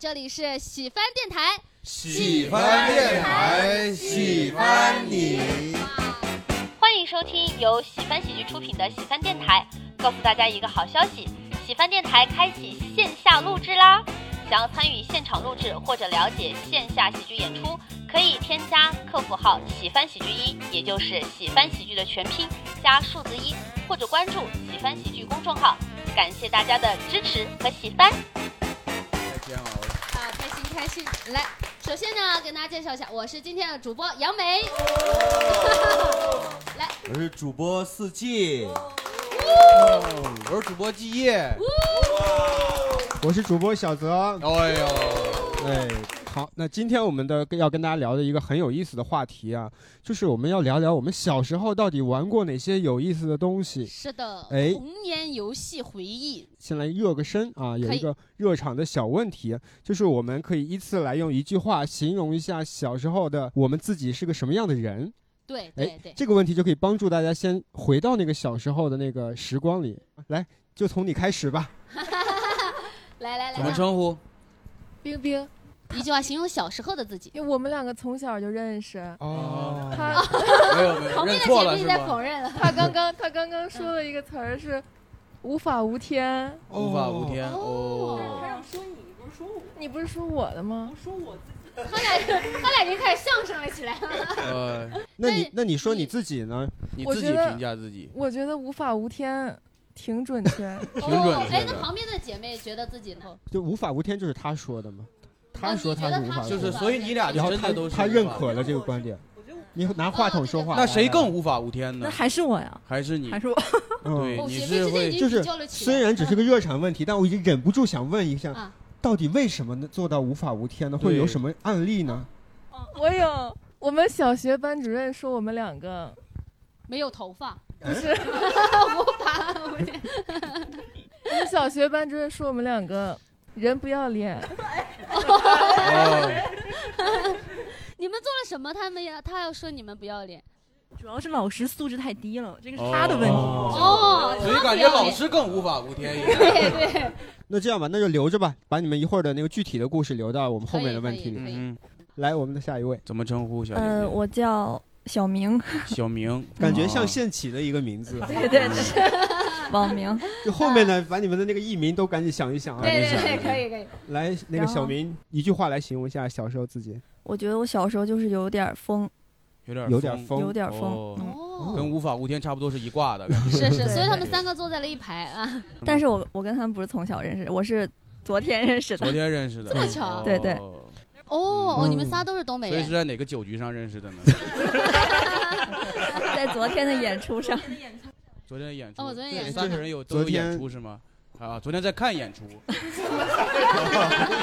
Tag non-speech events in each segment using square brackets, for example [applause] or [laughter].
这里是喜翻电台，喜欢电台，喜欢你。欢迎收听由喜翻喜剧出品的《喜翻电台》。告诉大家一个好消息，喜翻电台开启线下录制啦！想要参与现场录制或者了解线下喜剧演出，可以添加客服号“喜翻喜剧一”，也就是喜翻喜剧的全拼加数字一，或者关注喜翻喜剧公众号。感谢大家的支持和喜欢。太煎熬了，哎啊，开心开心！来，首先呢，跟大家介绍一下，我是今天的主播杨梅。 [laughs] 来，我是主播四季，我嗯是主播季夜。我是主播小泽。哎呦，哎，好，那今天我们的要跟大家聊的一个很有意思的话题啊，就是我们要聊聊我们小时候到底玩过哪些有意思的东西。是的，哎童年游戏回忆，先来热个身啊，有可以一个热场的小问题，啊就是我们可以依次来用一句话形容一下小时候的我们自己是个什么样的人。对对哎对，这个问题就可以帮助大家先回到那个小时候的那个时光里。来，就从你开始吧。来来怎么来，称呼？冰冰，一句话形容小时候的自己。因为我们两个从小就认识。哦他 [laughs] 没有没 [laughs] 有，旁边认的错姐了妹是在否吗？认了。他刚刚他刚刚说了一个词儿是“无法无天无法无天哦哦。他让说你，不是说我，”，你不是说我的吗不？是说我自己。他俩他俩已经开始相声了起来了。呃，那你那那你说你你自己呢？ [laughs] 你我自己觉得评价自己，我觉得“无法无天”挺准确。挺准的哦哎，确实那旁边的姐妹觉得自己呢？就无法无天就是他说的嘛，他哦说你觉他得是无他法无是就天是，所以你俩然就后真他的都是他无法认无天可了这个观点。我觉得你拿话筒说哦话，那谁更无法无天呢那？还是我呀，还是你还？是我。嗯对，哦，你姐妹是之间会已就经是比较了起来。虽然只是个热场问题，但我已经忍不住想问一下啊，到底为什么能做到无法无天呢？对会有什么案例呢？我有，我们小学班主任说我们两个没有头 [laughs] 发，哎不是，无法无天。我们小学班主任说我们两个人不要脸， [laughs] 哦， [laughs] 你们做了什么？他们要他要说你们不要脸主要是老师素质太低了，这个是他的问题。哦哦，所以感觉老师更无法无天一点。对对，那这样吧，那就留着吧，把你们一会儿的那个具体的故事留到我们后面的问题里。可以嗯，来，我们的下一位，怎么称呼小姐姐？呃，我叫小明，小明，感觉像哦现起的一个名 [laughs] 字。 [laughs] 对对对， [laughs] 网名。啊就后面呢，把你们的那个艺名都赶紧想一想啊。对对对对，可以可以。来，那个然后小明，一句话来形容一下小时候自己，我觉得我小时候就是有点疯，有点有点疯，疯有点疯。哦嗯，哦，跟无法无天差不多是一挂的感觉。是是，对所以他们三个坐在了一排啊。但是我我跟他们不是从小认识，我是昨天认识昨的。天认识的，这么巧对对哦哦哦，嗯你们仨都是东北所以是人。在哪个酒局上认 [laughs] 识的呢？在昨天的演出上，昨天的演出，哦昨天演出三个人有都有昨天演出是吗？啊，昨天在看演出，哦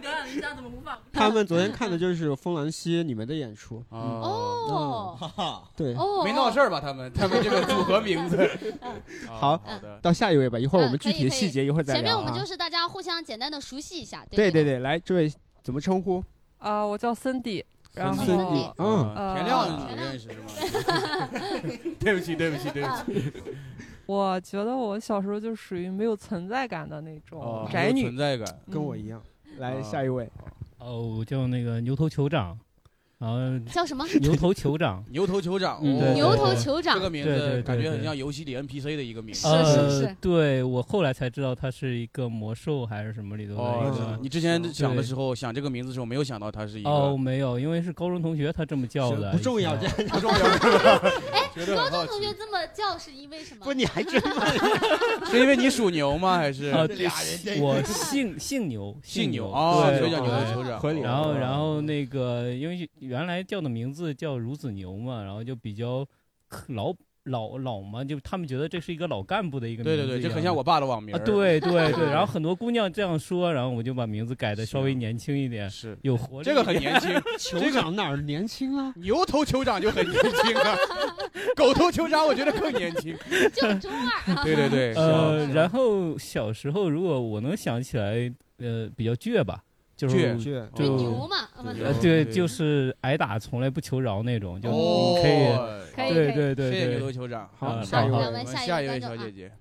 表演一下怎么无法？他 [laughs] 们昨天看的就是风兰西你们的演出，嗯哦，哦对，哦，嗯没闹事儿。儿吧？他 [laughs] 们他们这个组合名字，啊好好的，到下一位吧，一会儿我嗯们可以具体的嗯可以细节一会儿再前面聊我们啊就。是大家互相简单的熟悉一下，对对对。对，来，这位怎么称呼？啊、我叫 Cindy，然呃后孙森孙迪俪啊，嗯，田亮你认识是吗？对不起，对不起，对不起，我觉得我小时候就属于没有存在感的那种哦宅有女嗯存。在感，跟我一样。啊来，下一位，哦，我叫那个牛头酋长，然后 [laughs] 叫什么？牛头酋长 [laughs] ，牛头酋长，嗯哦对牛头酋这长个。名对对字对感觉很对像游戏里 NPC 的一个名字。是是呃是，对我后来才知道他是一个魔兽还是什么里头的一是哦个，。你之前对想的时候，想这个名字的时候，没有想到他是一哦，个没有，因为是高中同学他这么叫行的，不重要，以这前不重要。觉得哎高很好中奇同学这么叫是因为什么不？你还真问是因为你属牛吗？ [laughs] 还是啊，这对俩人这我姓姓牛，姓牛哦，对所以叫牛头哦对酋长，合理然后，然后后那个，因为原来叫的名字叫孺子牛嘛，然后就比较可老老老嘛，就他们觉得这是一个老干部的一个名对字一对样对，的，这很像我爸的网名啊，儿，[laughs] 对对对，对然后很多姑娘这样说，然后我就把名字改的稍微年轻一点，是有活力。这个很年轻， [laughs] 酋长哪儿年 [laughs] 轻了？牛头酋长就很年轻 [laughs] 啊，狗头酋长我觉得更年轻。 [laughs] 就是中二 [laughs] 啊。对对对，呃，是啊然后小时候如果我能想起来，呃，比较倔吧，就是倔哦是就牛嘛，嗯呃对，就是挨打从来不求饶那种，就哦你可以，可以对可以。对谢谢对牛对，头酋长。好嗯下一好位那我们下一下一位位观小众啊姐姐，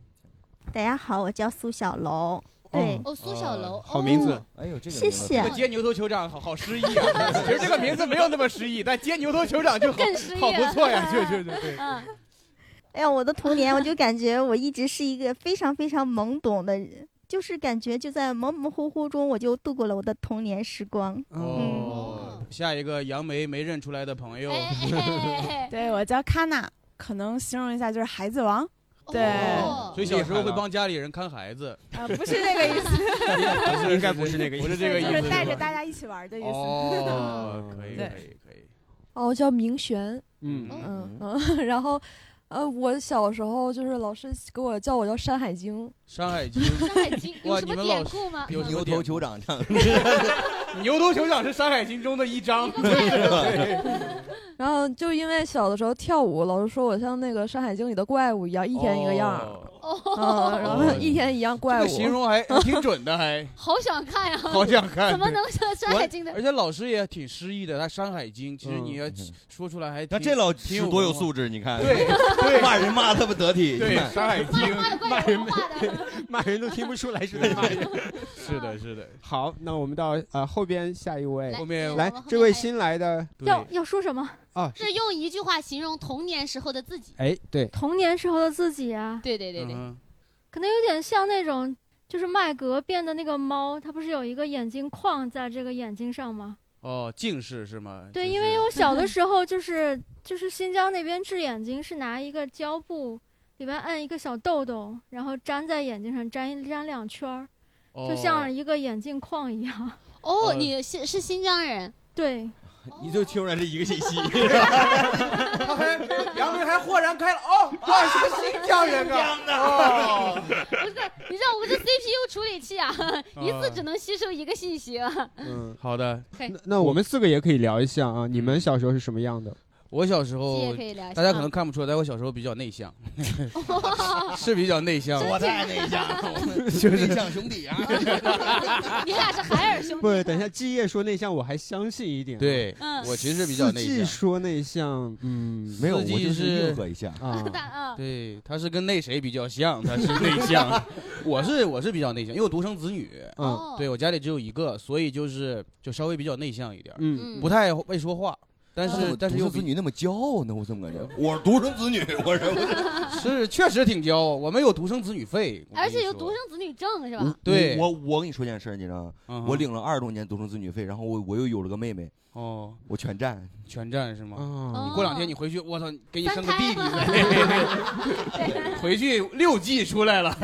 大家好，我叫苏小龙。对哦苏小楼好名字哎呦，个这谢谢啊这个接牛头酋长好好诗意啊！其实这个名字没有那么诗意，但接牛头酋长就好更诗意啊好不错呀！了对对对 [laughs] 对，嗯，哎呀，我的童年，我就感觉我一直是一个非常非常懵懂的人，就是感觉就在模模糊糊中，我就度过了我的童年时光。嗯嗯哦，下一个杨梅没认出来的朋哎友， [laughs] 对我叫卡娜，可能形容一下就是孩子王。对，哦所以小时候会帮家里人看孩子，哦啊不是那个意不 [laughs] 思是应该不是那个意思，不是这个对，意就思，是带着大家一起玩的意思。 [laughs] 哦，可以对可以可以，哦，叫明璇，嗯嗯嗯， [laughs] 然后，呃，我小时候就是老师给我叫我叫《山海经》， 《山海经》 《山海经》 [laughs] 有哇什么你们典老师故吗？有嗯牛对头酋长这样， [laughs] 牛头酋长是《山海经》中的一章， [laughs] 然后就因为小的时候跳舞，老师说我像那个《山海经》里的怪物一样，一天一个样儿，嗯，然后一天一样怪这物，个哦形 [laughs] 容还挺准的，还好想看啊呀， [laughs] 好想看怎么能像《山海经》的我而且老师也挺诗意的，他《山海经》其实你要说出来还挺那这老挺师文多有化素质，你看，对对 [laughs] 骂人骂得这么得体，对你看《山海经》 [laughs] 骂人骂人都听不出来是在骂人。 [laughs] 是的，是的。好，那我们到呃后边下一位，来后面来我们后这位新来的， [laughs] 要要说什么？啊，是用一句话形容童年时候的自己。哎，对，童年时候的自己啊，对对对对，可能有点像那种就是麦格变的那个猫，它不是有一个眼睛框在这个眼睛上吗？哦，近视是嗯吗？对，就是因为我小的时候就是 [laughs] 就是新疆那边治眼睛是拿一个胶布里边按一个小豆豆，然后粘在眼睛上粘一粘两圈儿，就像一个眼镜框一样。 [laughs] 哦，你是是新疆人？对，你就听出来这一个信息，杨梅还豁然开朗哦，哇，是个新疆人啊！哦不是， [laughs] 你知道我们这 CPU 处理器啊，一次只能吸收一个信息啊。 [laughs] 嗯， [laughs] 好的，嘿那我们四个也可以聊一下啊，你们小时候是什么样的？我小时这候也可以聊一下啊大家可能 [laughs] 看不出来，但我小时候比较内向，[laughs] [laughs] 是比较内向，我太内向了，我们就是内向兄弟啊，你俩是海尔兄弟。不是，等一下，基业说内向，我还相信一点啊。对嗯我其实比较内向四季说内向，嗯，没有，我司机就是是应和 [laughs] 一下啊。对，他是跟那谁比较像，他是内向，我是我是比较内向，因为我独生子女，嗯对我家里只有一个，所以就是就稍微比较内向一点，嗯 [laughs] 不太会说话，但怎是么但是独又生比子女那么骄傲呢？我怎么感觉我是独生子女，我 [laughs] 是是确实挺骄傲，我们有独生子女费，而且有独生子女证是吧？嗯对我我跟你说件事儿，你知道吗？我领了二十多年独生子女费，然后我我又有了个妹妹，哦，我全占，全占是吗？哦你过两天你回去，我操，给你三生个胎弟弟吗 [laughs] 再，回去六 G 出来了，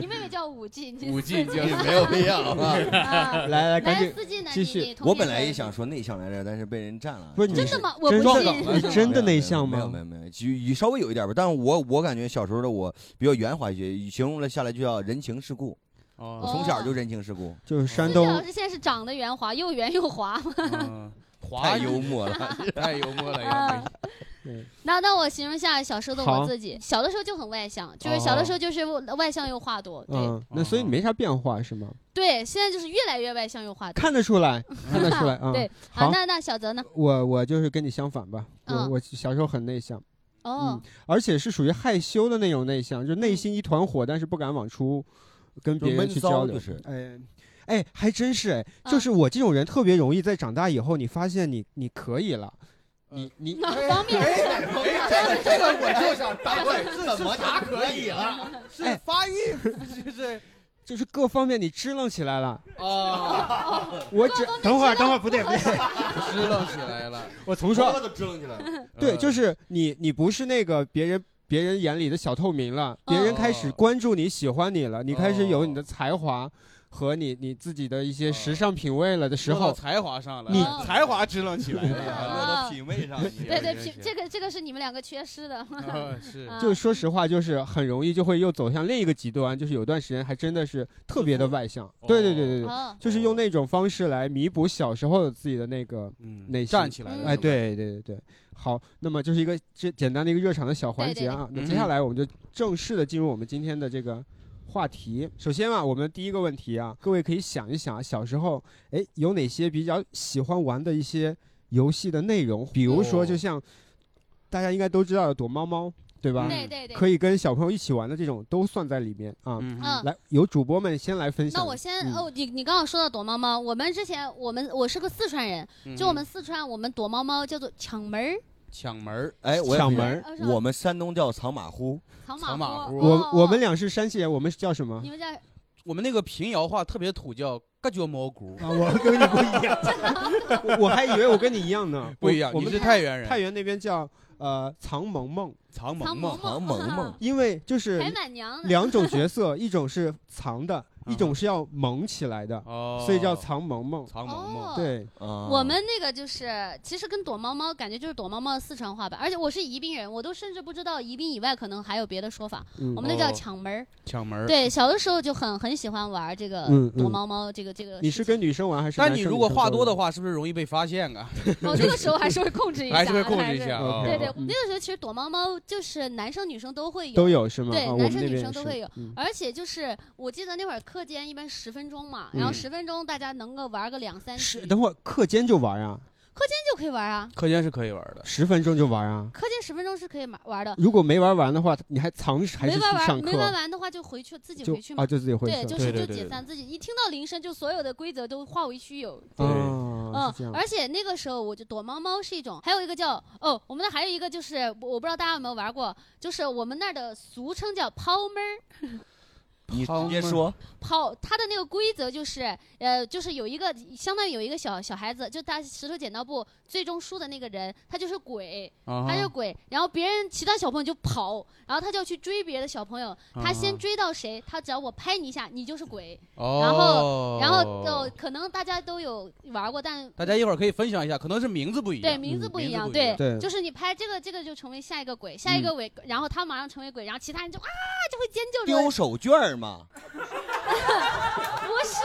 你妹妹叫五 G，你五 G 就就是 [laughs] 是没有必要啊 [laughs] 啊！来来，赶来紧四 G 呢？继你续你同我意本吗来也想说内向来着，但是被人占了。不是你真真的吗我不信你真的内向吗？没有没有没有，就也稍微有一点吧。但是我我感觉小时候的我比较圆滑一些，形容了下来就叫人情世故。哦我从小就人情世故，就是山四 G 老师现在是长得圆滑，又圆又滑嘛。太幽默了，太幽默哎了啊嗯那那我形容一下小时候的好哦我自己，小的时候就很外向，就是小的时候就是外向又话多，对、嗯，那所以你没啥变化是吗？对，现在就是越来越外向又话多，看得出来，看得 [laughs] 出来啊。对啊，好，那那小泽呢？我我就是跟你相反吧，我嗯我小时候很内向，哦，而且是属于害羞的那种内向，就内心一团火，但是不敢往出跟就别人闷去骚交流。就是哎哎，还真是哎，就是我这种人特别容易在长大以后，你发现你你可以了。你你哪方面？哎这个我就想打断，哎是怎么是啥可以了？是发育，就是就是各方面你支棱起来了，哦，我只等会儿等会儿不对不对，支棱起来了， [laughs] 我重说头发都支棱起来了。 [laughs] [laughs] 嗯对，就是你，你不是那个别人别人眼里的小透明了，别人开哦始关注你、喜欢你了，你开始有你的才华和你你自己的一些时尚品味了的时落到候，才华上哦了，你才华支棱起来呃 [laughs] 了，落到品味上对对，品这个这个是你们两个缺失的，哦 [laughs] 是啊就说实话，就是很容易就会又走向另一个极端，就是有段时间还真的是特别的外向，对对对对对哦，就是用那种方式来弥补小时候自己的那个内心嗯站起来的那哎，种对对对对，好，那么就是一个这简单的一个热场的小环节啊，对对对那接下来我们就正式的进入我们今天的这个。话题，首先啊，我们第一个问题啊，各位可以想一想，啊小时候，哎，有哪些比较喜欢玩的一哦些游戏的内容？比如说，就像大家应该都知道的躲猫猫，对嗯吧？对对对可以跟小朋友一起玩的这种都算在里面啊。嗯来，有主播们先来分享。那我先、嗯哦，你你刚刚说到躲猫猫，我们之前我们我是个四川人，就我们四川我们躲猫猫叫做抢门儿，抢门儿，哎，我也抢门儿呃是吧我们山东叫藏马呼，藏哦马马虎我我们俩是山西人，我们是叫什么你？们叫我们那个平遥话特别土，叫“嘎脚毛骨”。啊，我跟你不一样， [laughs] 我我还以为我跟你一样呢，不一样我我们你是太原人太原那边叫呃藏萌萌，藏萌萌藏萌萌藏萌 [laughs] 萌因为就是还蛮娘的两种角 [laughs] 色，一种是藏的，嗯一种是要萌起来的，哦所以叫藏萌萌。藏萌萌对，哦嗯我们那个就是，其实跟躲猫猫感觉就是躲猫猫的四川话吧，而且我是宜宾人，我都甚至不知道宜宾以外可能还有别的说法，嗯我们那叫哦抢门儿。抢门儿。对，小的时候就很很喜欢玩这个嗯嗯躲猫猫，这个这个。你是跟女生玩还是？但你如果话多的，的话，是不是容易被发现啊？ [laughs] 我那个时候还是会控制一下，还是会控制一还是下哦对对，嗯那个时候其实躲猫猫就是男生女生都会有，都有是吗对啊，我男们生那女边生也都是会有，嗯而且就是我记得那会儿课间一般十分钟嘛，嗯然后十分钟大家能够玩个两三局，等会儿课间就玩啊，课间就可以玩啊，课间是可以玩的，十分钟就玩啊。课间十分钟是可以玩玩的。如果没玩完的话，你还藏还没是去玩上完，课？没玩完的话就回去自己就回去嘛，啊就自己回去对，就是对对就对解对散自己。一听到铃声，就所有的规则都化为虚有。对嗯哦，是这样，而且那个时候我就躲猫猫是一种，还有一个叫哦，我们那还有一个就是我我不知道大家有没有玩过，就是我们那儿的俗称叫抛闷儿。你直接说，抛它的那个规则就是，呃，就是有一个相当于有一个小小孩子，就他石头剪刀布最终输的那个人，他就是鬼，啊哈他是鬼。然后别人其他小朋友就跑，然后他就要去追别的小朋友，他啊先哈追到谁，他只要我拍你一下，你就是鬼。哦然后，然后就、可能大家都有玩过，但大家一会儿可以分享一下，可能是名字不一样，嗯对，名字不一样，名字不一样嗯就是你拍这个，这个就成为下一个鬼，下一个鬼，然后他马上成为鬼，然后其他人就啊就会尖叫着。丢手绢儿嘛，不是，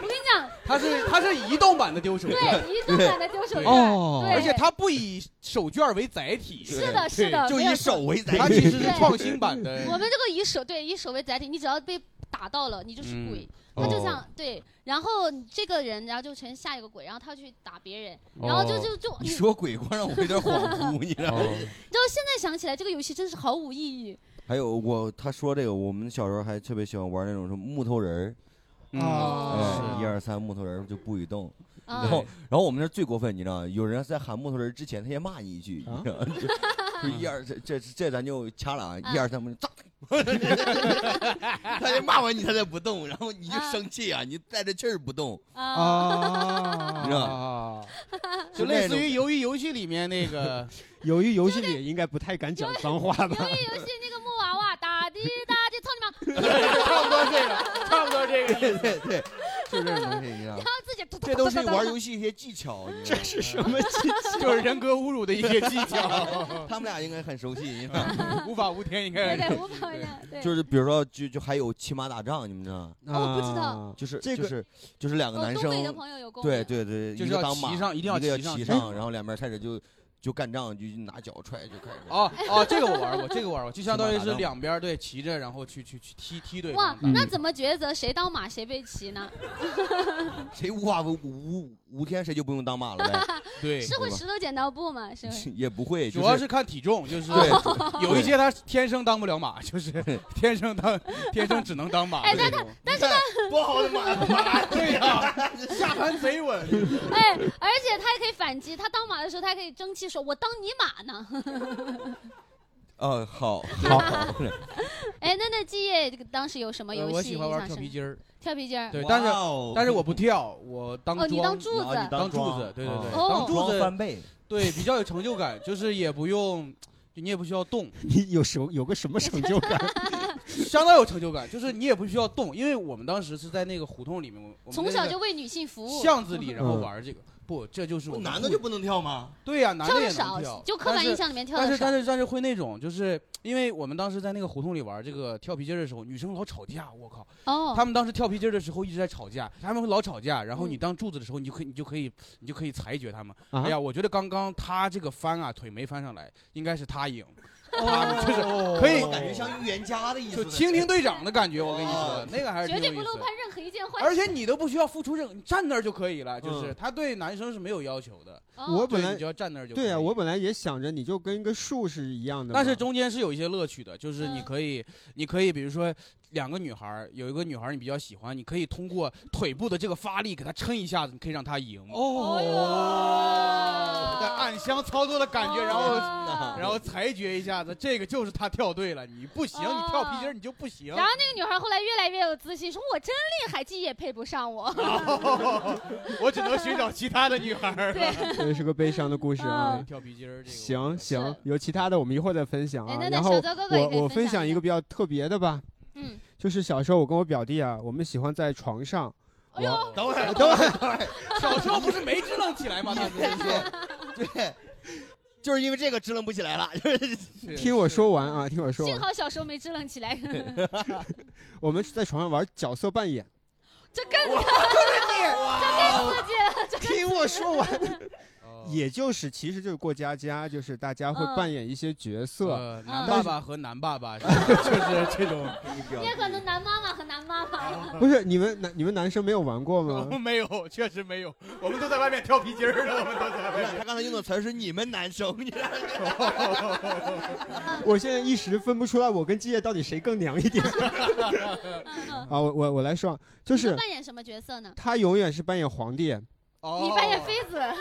我跟你讲，它是它是移动版的丢手绢，对移动版的丢手绢对哦对而且它不以手绢为载体，是的是的对没有错它其实是对创新版的。我们这个以手对以手为载体，你只要被打到了，你就是鬼。嗯他就哦像、对，然后这个人，然后就成下一个鬼，然后他去打别人，然后就哦哦就就你说鬼话让我有点恍惚，你知道吗？然后现在想起来，这个游戏真是毫无意义。 [laughs] 还有我他说这个，我们小时候还特别喜欢玩那种什么木头人儿。嗯哦哎一二三，木头人儿就不许动。啊然后，然后我们那儿最过分，你知道吗，有人在喊木头人儿之前，他先骂你一句，你知道吗 [laughs] 就就一二这这这咱就掐了啊，一二三，我们就 [laughs] 他就骂完你，他才不动，然后你就生气啊，你带着气儿不动，啊 [laughs] 你知道 [laughs] 吗？就类似于鱿鱼游戏里面那个，由于游戏里应该不太敢讲脏话吧？游戏那个木娃娃打的打的，操你妈！差不多这个，差不多这个，对对对，就这种东西，你知道然吗后？自己这都是玩 [laughs] 游戏一些技巧，嗯这是什么技巧 [laughs] 就是人格侮辱的一些技巧 [laughs] 他们俩应该很熟悉， [laughs] 你知道吗？无法无天，应该对对，无法呀，对，就是比如说，就就还有骑马打仗，你们知道吗？哦不知道就是这个就是就是两个哦男东北生的朋友有共鸣对对对，就是一个要当骑马上一定要个要骑上骑去上，然后两边开始就就干仗，就拿脚踹就开始。哦哦，这个我玩过，这个我玩过，就相当于骑马是打仗两边儿对骑着，然后去去去踢踢对嗯哇方，，那怎么抉择谁当马谁被骑呢？谁无法无无无天，谁就不用当马了呗。对是会石头剪刀布吗？是 [laughs] 会。也不会，主要就是看体重，就是对 [laughs] 有一些他天生当不了马， [laughs] 就是天生当天生只能当马哎，的但那他种。但是他多好的马马对呀，下盘贼稳。哎，而且他还可以反击，他当马的时候，他还可以争气说：“我当你马呢。 [laughs] 哦，好好哎，那那季夜当时有什么游戏？呃我喜欢玩跳皮印象深筋儿，跳皮筋儿。对，但是哇哦但是我不跳，我当哦你桩当柱子啊你当当柱桩子，对对对，哦当柱装子翻倍，对，比较有成就感，就是也不用，就你也不需要动，你有时候有个什么成就感？相当有成就感，就是你也不需要动，因为我们当时是在那个胡同里面，我我们从那小个就为女性服务。巷子里，然后玩这个。不，这就是我们男的就不能跳吗？对呀、男的也能跳跳得少就刻板印象里面跳得但是少但是但是但是会那种，就是因为我们当时在那个胡同里玩这个跳皮筋儿的时候，女生老吵架，我靠！哦他们当时跳皮筋儿的时候一直在吵架，他们会老吵架，然嗯后你当柱子的时候，你就可以你就可以你就可以裁决他们。啊哎呀，我觉得刚刚他这个翻啊腿没翻上来，应该是他赢。啊，就是哦可以我感觉像预言家的意思就。蜻蜓队长的感觉。我跟你说，那个还是挺绝对有意不思漏的。判任何一件坏事。而且你都不需要付出任何，你站那儿就可以了。就是嗯他对男生是没有要求的，哦我本对来你只要站那儿就可以对呀、我本来也想着你就跟一个树是一样的嘛，但是中间是有一些乐趣的，就是嗯你可以，你可以比如说两个女孩儿，有一个女孩儿你比较喜欢，你可以通过腿部的这个发力给她撑一下子，你可以让她赢。哦哦，在暗箱操作的感觉，然后然后裁决一下子，这个就是她跳对了，你不行，你跳皮筋儿你就不行。然后那个女孩后来越来越有自信，说我真厉害，鸡也配不上我。啊 [laughs] 我只能寻找其他的女孩儿。对这是个悲伤的故事啊 [laughs] 嗯。跳 [laughs] 皮筋儿这个行行，有其他的我们一会儿再分享哎啊那。那然小后糟糕哥也可以我我分分享享一个比较特别的吧，嗯，就是小时候我跟我表弟啊，我们喜欢在床上。哎呦我等会儿等会儿，小时候不是没支棱起来吗？大哥，对， [laughs] 就是因为这个支棱不起来了，就是听我说完啊，听我说幸完。好小时候没支棱 [laughs] 起来， [laughs] 我们是在床上玩角色扮演，这更 [laughs] 哇这更刺激了。 [laughs] 这更听我说 [laughs] 完，哦也就是其实就是过家家，就是大家会嗯扮演一些角色呃，。男但爸是爸和男爸爸 [laughs] 就是这种。也可能男妈妈和男妈啊妈。不是你们男你们男生没有玩过吗？没有，确实没有，我们都在外面跳皮筋儿了，我们都在外面。他刚才用的词儿是你们男生，你知道吗 [laughs] 我现在一时分不出来，我跟季夜到底谁更娘一点 [laughs] 啊！我我我来说啊，就嗯你是都扮演什么角色呢？他永远是扮演皇帝，哦你扮演妃子。 [laughs]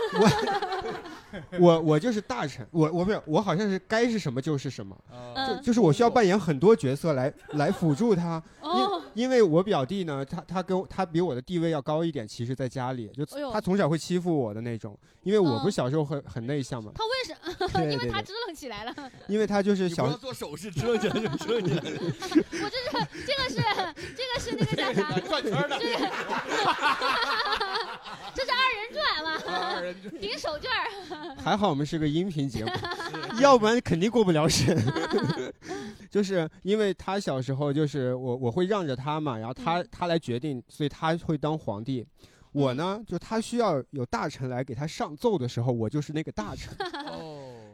我我就是大臣，我我不是我好像是该是什么就是什么，嗯就就是我需要扮演很多角色来来辅助他，哦因因为我表弟呢，他他跟我他比我的地位要高一点，其实在家里就哎呦他从小会欺负我的那种，因为我不是小时候很很内向嘛，他为什么？ [laughs] 对因为对他对支棱起来了。 [laughs] 因为他就是你不小要做手势，支棱起来就支棱起来了。 [laughs] 我这是这个是这个是那个叫 [laughs] 啥？转圈的。这个 [laughs] 这是二人转啊吗？二人转顶手绢儿。还好我们是个音频 [laughs] 节目， [laughs] 要不然肯定过不了审。 [laughs] 就是因为他小时候，就是我我会让着他嘛，然后嗯他、他来决定，所以他会当皇帝。我嗯呢，就他需要有大臣来给他上奏的时候，我就是那个 [laughs] 大臣。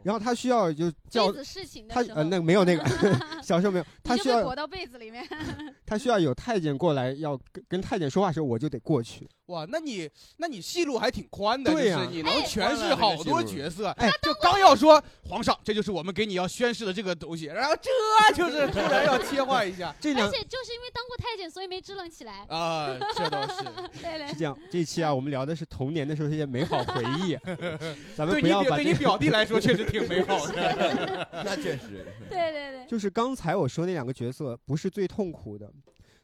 然后他需要就叫妃子侍寝的他时候呃那个没有那个 [laughs] 小时候没有，他你就需被要裹到被子里面。他需要有太监过来要跟跟太监说话的时候，我就得过去。哇，那你那你戏路还挺宽的，对呀就是你哎能诠释好多角色。哎，就刚要说皇上，这就是我们给你要宣誓的这个东西，然后 [laughs] 这就是突然要切换一下 [laughs] 。这两而且就是因为当过太监，所以没支棱起来。啊这倒是。，[laughs] 对嘞是这样，这一期啊，我们聊的是童年的时候一些美好回忆 [laughs] 咱们对不你要表把 [laughs] 对这你个表弟来说确实挺美好的那确实。对对对。 [laughs] 就是刚才我说那两个角色不是最痛苦的，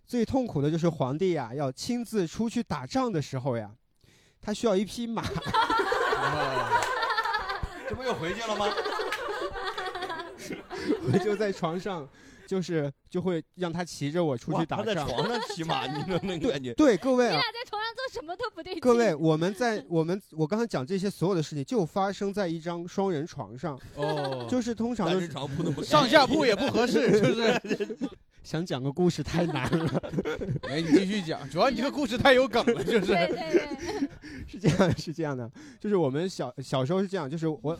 最痛苦的就是皇帝呀、要亲自出去打仗的时候呀，他需要一匹马。 [laughs] 这不又回去了吗？我就在床上，就是就会让他骑着我出去哇打他在仗。床上骑马你能能感觉对各你位俩啊，在床上做什么都不对劲。各位，我们在我们我刚才讲这些所有的事情，就发生在一张双人床上。哦就是通常单都人是床 [laughs] 铺那么开上下铺也不合适就是想讲个故事太难了。 [laughs] 哎，你继续讲，主要你这个故事太有梗了，就是。对 [laughs] 是这样，是这样的，就是我们小小时候是这样，就是我，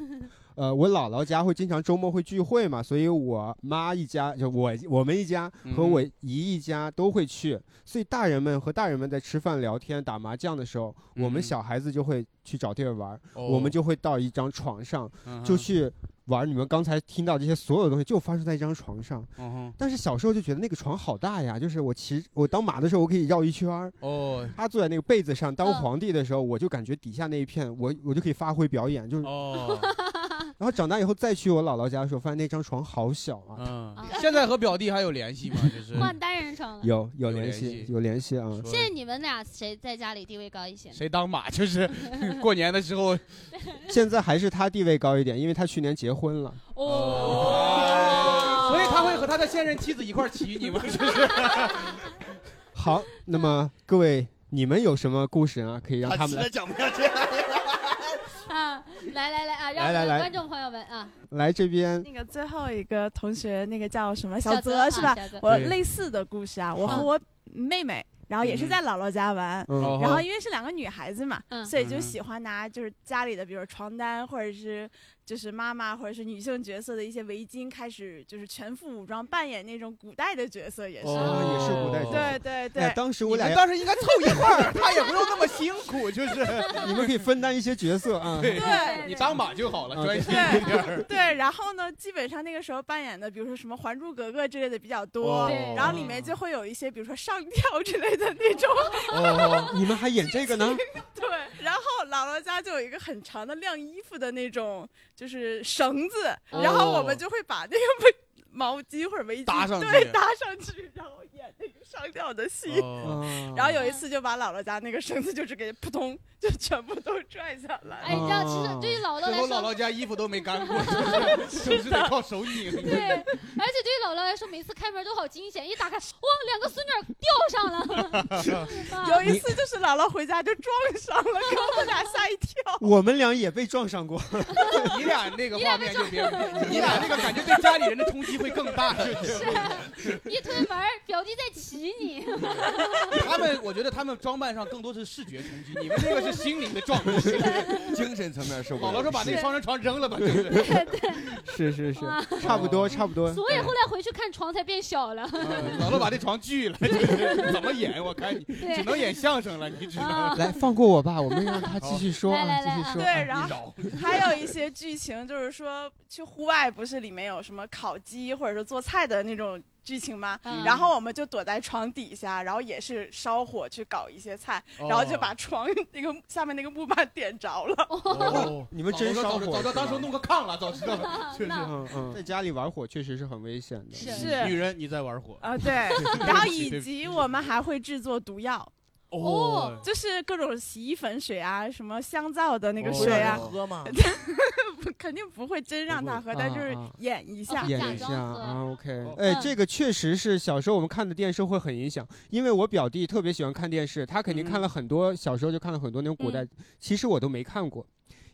呃，我姥姥家会经常周末会聚会嘛，所以我妈一家就我我们一家和嗯我姨一家都会去，所以大人们和大人们在吃饭、聊天、打麻将的时候，我们小孩子就会去找地儿玩儿，嗯哦我们就会到一张床上、嗯就哼去玩儿你们刚才听到这些所有东西，就发生在一张床上。嗯但是小时候就觉得那个床好大呀，就是我骑我当马的时候，我可以绕一圈儿。哦，他坐在那个被子上当皇帝的时候，我就感觉底下那一片，我我就可以发挥表演，就是。哦。 [laughs] 然后长大以后再去我姥姥家的时候，发现那张床好小啊。嗯，现在和表弟还有联系吗？就 [laughs] 是换单人床了。有有有联联系系有联系啊。现在你们俩谁在家里地位高一些？谁当马，就是过年的时候。 [laughs] 现在还是他地位高一点，因为他去年结婚 [laughs] 了。哦，所以他会和他的现任妻子一块儿骑你吗？ [laughs] 就是。好，那么各位，你们有什么故事啊，可以让他们实在来讲不下去 [laughs] 了。啊，来来来啊，让我来来们的来观众朋友们啊，来这边那个最后一个同学，那个叫什么小泽泽是啊吧小泽？嗯我对类似的故事啊，我好和我妹妹。然后也是在姥姥家玩，嗯然后因为是两个女孩子嘛，嗯所以就喜欢拿就是家里的，比如床单或者是就是妈妈或者是女性角色的一些围巾，开始就是全副武装扮演那种古代的角色，也是，哦也是古代角色对对对。哎当时我俩你们当时应该凑一块 [laughs] 儿，他也不用那么辛苦，就是。你们可以分担一些角色 [laughs] 嗯啊。对你当马就好了，啊专心一点对 [laughs] 儿。对，然后呢，基本上那个时候扮演的，比如说什么《还珠格格》之类的比较多哦对，然后里面就会有一些，比如说上 [laughs] 吊之类的那种。哦，你们还演这 [laughs] 个呢？ [laughs] 对，然后姥姥家就有一个很长的晾衣服的那种，就是绳子，然后我们就会把那个围毛巾或者围巾搭上去对，搭上去，然后演那个上吊的戏。哦然后有一次就把姥姥家那个绳子就直接扑通就全部都拽下来了。哎你知道哦其实对于姥姥来说我姥姥家衣服都没干 [laughs] 过，就是得靠手拧。对，而且对于姥姥来说，每次开门都好惊险，一打开，哇，两个孙女儿吊上 [laughs] 了。有一次就是姥姥回家就撞上了，给我们俩吓一跳。我们俩也被撞上过。你俩那个画面就别，你俩那个感觉对家里人的冲击会更大， [laughs] 就是。一推门儿，表弟在骑你。他们，我觉得他们装扮上更多是视觉冲击，你们这个是心灵的撞击。精神层面受不了。姥姥说把那双人床扔了吧，对 [laughs] 不对？ [laughs] 是是是哇， [laughs] 差不哦多差不多。嗯所以后来回去看床才变小了。哦姥姥把那床锯了， [laughs] 就是怎么演？我看你对只能演相声了，你知道吗？哎来，放过我吧，我们让他继续说啊，继续说啊。对，然后还有一些剧情，就是说去户外，不是里面有什么烤鸡或者是做菜的那种剧情吗？嗯然后我们就躲在床底下，然后也是烧火去搞一些菜，哦然后就把床那个下面那个木板点着了。哦你们真早知道烧火早知道是吧当时弄个炕了，早知道了， [laughs] 确实。嗯嗯，在家里玩火确实是很危险的。，是女人你在玩火啊， [laughs] 对 [laughs] 然后以及我们还会制作毒药。哦就是各种洗衣粉水啊，什么香皂的那个水啊，哦喝吗？肯定 [laughs] 不会真让他喝，不会但就是啊啊演一下，演一哦下啊，OK，哎，这个确实是小时候我们看的电视会很影响，因为我表弟特别喜欢看电视，他肯定看了很多，小时候就看了很多那种古代嗯，其实我都没看过，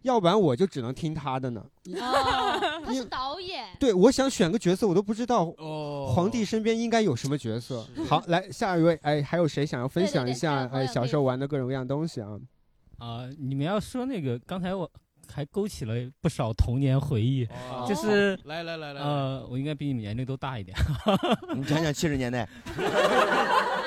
要不然我就只能听他的呢。哦，他是导演。对，我想选个角色，我都不知道哦，皇帝身边应该有什么角色。好，来下一位，哎，还有谁想要分享一下对对对还有哎朋友小时候玩的各种各样东西啊？啊、你们要说那个，刚才我还勾起了不少童年回忆，哦就是来来来来呃，我应该比你们年龄都大一点。 [laughs] 你讲讲七十年代，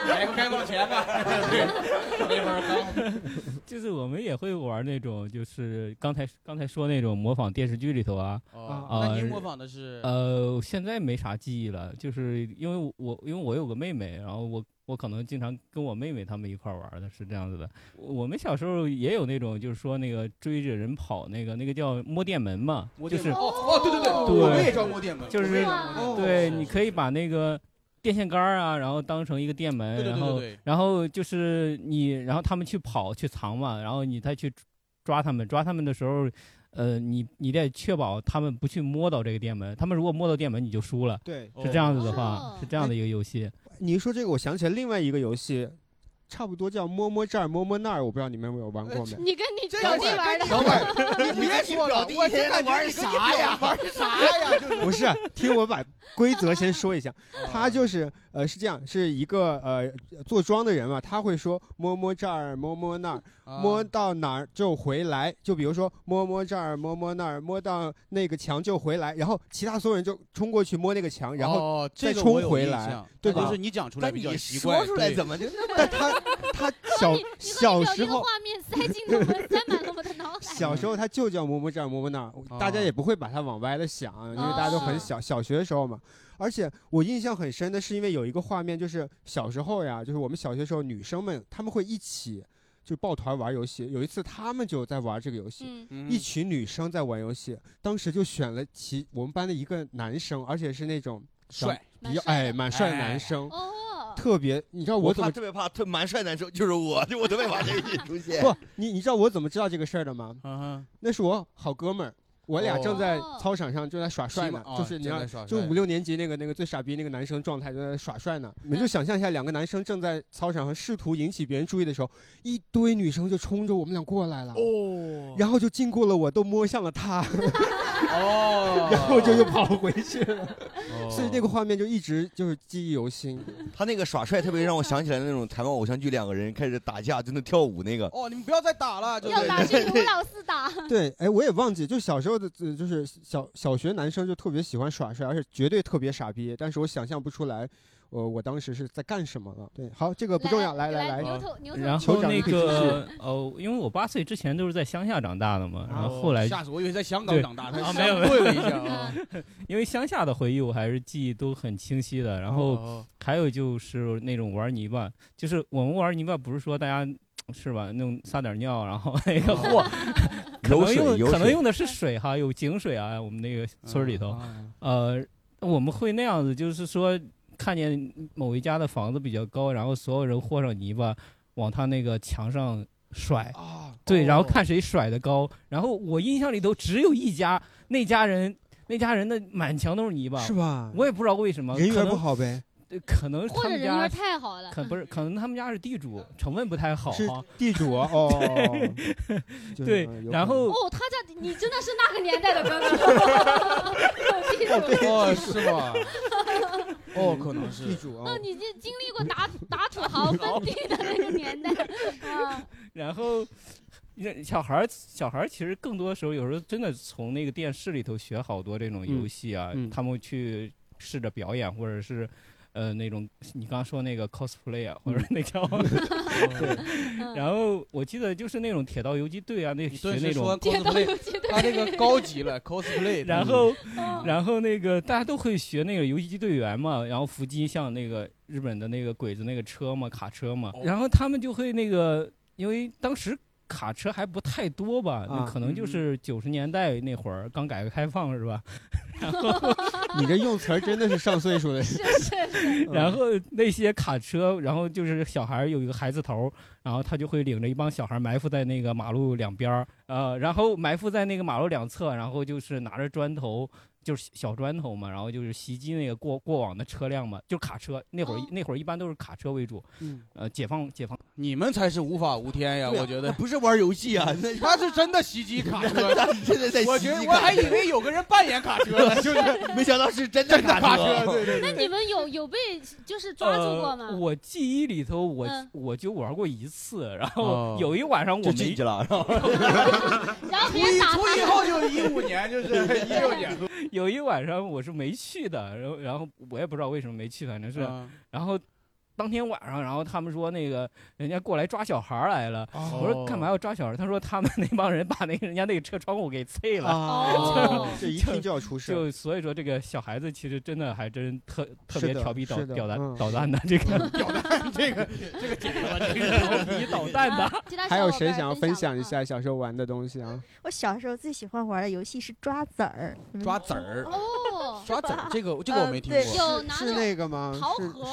该哎该往前吧， [laughs] 对，那会儿 [laughs] 就是我们也会玩那种，就是刚才刚才说那种模仿电视剧里头啊。哦呃那您模仿的是呃，现在没啥记忆了，就是因为我因为我有个妹妹，然后我我可能经常跟我妹妹她们一块儿玩的，是这样子的。我们小时候也有那种，就是说那个追着人跑，那个那个叫摸电门嘛，摸就电是门哦哦对对对对，我们也叫摸电门就我们也是叫摸电门哦对，你可以把那个电线杆儿啊，然后当成一个电门，对对对然后对对然后就是你，然后他们去跑去藏嘛，然后你再去抓他们，抓他们的时候。呃，你你得确保他们不去摸到这个电门，他们如果摸到电门，你就输了。对是这样子的话，是这样的一个游戏。你一说这个，我想起来另外一个游戏，差不多叫摸摸这儿摸摸那儿，我不知道你们有没有玩过没？你跟你这表样弟是玩的，老板你别说了我就感觉你跟你表玩啥呀哦就是不是，听我把规则先说一下，他就是呃是这样，是一个呃做庄的人嘛，他会说摸摸这儿，摸摸那儿，啊摸到哪儿就回来，就比如说摸摸这儿，摸摸那儿，摸到那个墙就回来，然后其他所有人就冲过去摸那个墙，然后哦再这个冲我有回印来象，对但吧？就是你讲出来比较奇说怪，出来怎么就？但他他小小时候画面塞进了我塞满了我的脑海。小时候他就叫摸摸这儿摸摸那儿，大家也不会把它往歪了想，因为大家都很小，小学的时候嘛。而且我印象很深的是，因为有一个画面，就是小时候呀，就是我们小学时候女生们她们会一起。就抱团玩游戏，有一次她们就在玩这个游戏，嗯一群女生在玩游戏，当时就选了其我们班的一个男生，而且是那种帅比较哎蛮帅的男生，特别你知道我我怎怕么特别怕特蛮帅男生，就是我，就我特别怕这一出现。不，你你知道我怎么知道这个事儿的吗？嗯那是我好哥们儿，我俩正在操场上就在耍帅呢哦，就是你正在看耍，就帅五六年级那个那个最傻逼那个男生状态就在耍帅呢。你们就想象一下，两个男生正在操场上试图引起别人注意的时候，一堆女生就冲着我们俩过来了，哦，然后就经过了我，都摸向了他。哦 [laughs] 然后就又跑回去了，哦所以那个画面就一直就是记忆犹新。他那个耍帅特别让我想起来那种台湾偶像剧，两个人开始打架，就那跳舞那个。哦，你们不要再打了，要打去刘老四打。 [laughs] 对，哎，我也忘记，就小时候的，呃就是小小学男生就特别喜欢耍帅，而且绝对特别傻逼，但是我想象不出来，呃，我当时是在干什么了。对，好，这个不重要，来来来，然酋后长那你可以继续 [laughs] 个哦，因为我八岁之前都是在乡下长大的嘛，然后后来哦吓死我，以为在香港对长大的，啊，没有没跪有了一下啊。 [laughs] 因为乡下的回忆我还是记忆都很清晰的。然后哦还有就是那种玩泥巴，就是我们玩泥巴不是说大家是吧，弄撒点尿，然后那哦个嚯， [laughs] 有可能水用有可能水，用的是水嗯哈，有井水啊，我们那个村儿里头，呃，我们会那样子，就是说看见某一家的房子比较高，然后所有人和上泥巴往他那个墙上。甩啊哦对，然后看谁甩的高。然后我印象里头只有一家，那家人那家人的满墙都是泥巴，是吧我也不知道为什么，人可缘能不好呗，对可能或他者们人家缘太好了可不是，可能他们家是地主，成分不太好是哈。地主啊哦 [laughs] 就是对嗯有可， [laughs] 然后哦，他家你真的是那个年代的哥 [laughs] 哥， [laughs] 有地主哦，[laughs] 是吗？哦，可能是地主啊哦，，你这经历过打打土豪分地的那个年 [laughs] 代啊， [laughs] 然后，那小孩儿小孩儿其实更多时候有时候真的从那个电视里头学好多这种游戏啊，嗯嗯他们去试着表演，或者是呃那种你刚说那个 cosplay 啊，嗯或者那 [laughs] 哦叫。 [laughs] 然后我记得就是那种铁道游击队啊，那学顿那时种说 cosplay，他这个高 [laughs] 级了 cosplay，嗯嗯然后，嗯然后那个大家都会学那个游击队员嘛，然后伏击像那个日本的那个鬼子那个车嘛，卡车嘛，哦然后他们就会那个，因为当时。卡车还不太多吧，那啊可能就是九十年代那会儿刚改革开放是吧？ [laughs] 嗯 [laughs] 你这用词儿真的是上岁数了。 [laughs] 然后那些卡车，然后就是小孩儿有一个孩子头儿，然后他就会领着一帮小孩儿埋伏在那个马路两边儿，呃，然后埋伏在那个马路两侧，然后就是拿着砖头，就是小砖头嘛，然后就是袭击那个过过往的车辆嘛，就卡车。那哦会儿、那会儿一般都是卡车为主，嗯呃，解放解放，你们才是无法无天呀！对啊我觉得 [laughs] 那不是玩游戏啊， [laughs] [laughs] 他是真的袭击卡车 [laughs] 真的在袭击卡车我觉得我还以为有个人扮演卡车呢，就是 [laughs] 没想到是真的卡车卡车，对对那对。你们有有被就是抓住过呃吗？我记忆里头我，我、嗯就玩过一次，然哦后有一晚上我就没进去了， [laughs] 然后别人打从他，以后就是一五年，就是 [laughs] 一六年。有一晚上我是没去的，然后然后我也不知道为什么没去，反正是，啊然后当天晚上，然后他们说那个人家过来抓小孩儿来了，哦我说干嘛要抓小孩儿？他说他们那帮人把那个人家那个车窗户给碎了， [laughs] 哦就这一听就要出事儿就所以说这个小孩子其实真的还真特特是别的调皮捣是的捣蛋嗯捣蛋的这个 [laughs] 捣蛋，这个这个解释了，这个调皮捣蛋啊的。还有谁想要分享一下小时候玩的东西啊？我小时候最喜欢玩的游戏是抓子儿，你们抓子儿，哦，抓子儿，这个这个我没听对过。呃有拿是那个吗？桃是核、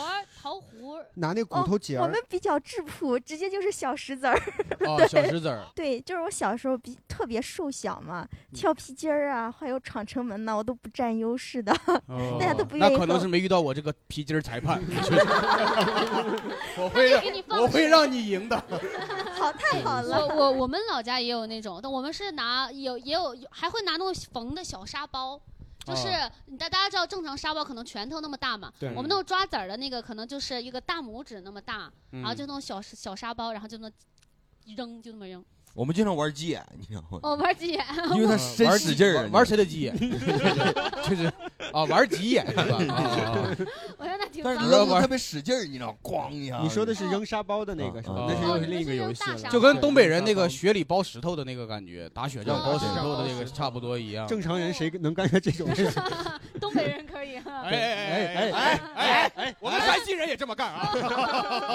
桃核，拿那骨头节哦我儿们。比较质朴，直接就是小石子儿。哦对小石子儿对，就是我小时候比特别瘦小嘛，嗯跳皮筋儿啊，还有闯城门呐、我都不占优势的，哦 [laughs] 大家都不愿哦那意可跟能是我。没遇到我这个皮筋儿裁 [laughs] 判，我那会就让给你放 [laughs] 我会生让你 [laughs] 赢的。 [laughs] 好，太好了。我我我们老家也有那种，但我们是拿有也有有还会拿那种缝的小沙包。就是哦你大大家知道，正常沙包可能拳头那么大嘛，对我们那种抓子儿的那个可能就是一个大拇指那么大，嗯然后就那种小小沙包，然后就那么扔，就那么扔。我们经常玩鸡眼， [laughs] 你知道吗？哦，玩急眼，嗯因为 [laughs] 他真玩使劲儿，玩谁的鸡眼？ [laughs] 就是啊，玩急眼是吧？啊啊啊我说那挺但脏的。是扔得特别使劲儿，你知道，咣一下。你说的是扔沙包的那个是吧？那是又是另一个游戏了，啊就跟东北人那个雪里包石头的那个感觉，打雪仗包石头的那个差不多一样。 [laughs] 正哦常人谁能干下这种事情？东北人可以。哈。哎哎哎哎哎，我们山西人也这么干啊！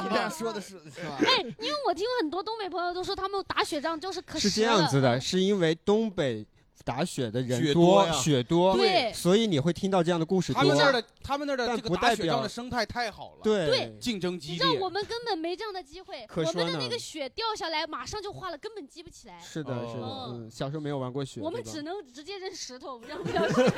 [laughs] 你这样说的是是吧？哎，因为我听很多东北朋友都说，他们打雪仗就是 [laughs] 可是实这样了嗯子的，是因为东北打雪的人雪多多，呀雪多，对所以你会听到这样的故事他们那儿多。的他们那儿的但这个不打代雪仗表的生态太好了，对对竞争你激知道烈。我们根本没这样的机会，可我说们的呢那个雪掉下来马上就化了，根本激不起来。是的，是的，哦嗯，小时候没有玩过雪，我们对吧只能直接扔石头，扔不了雪，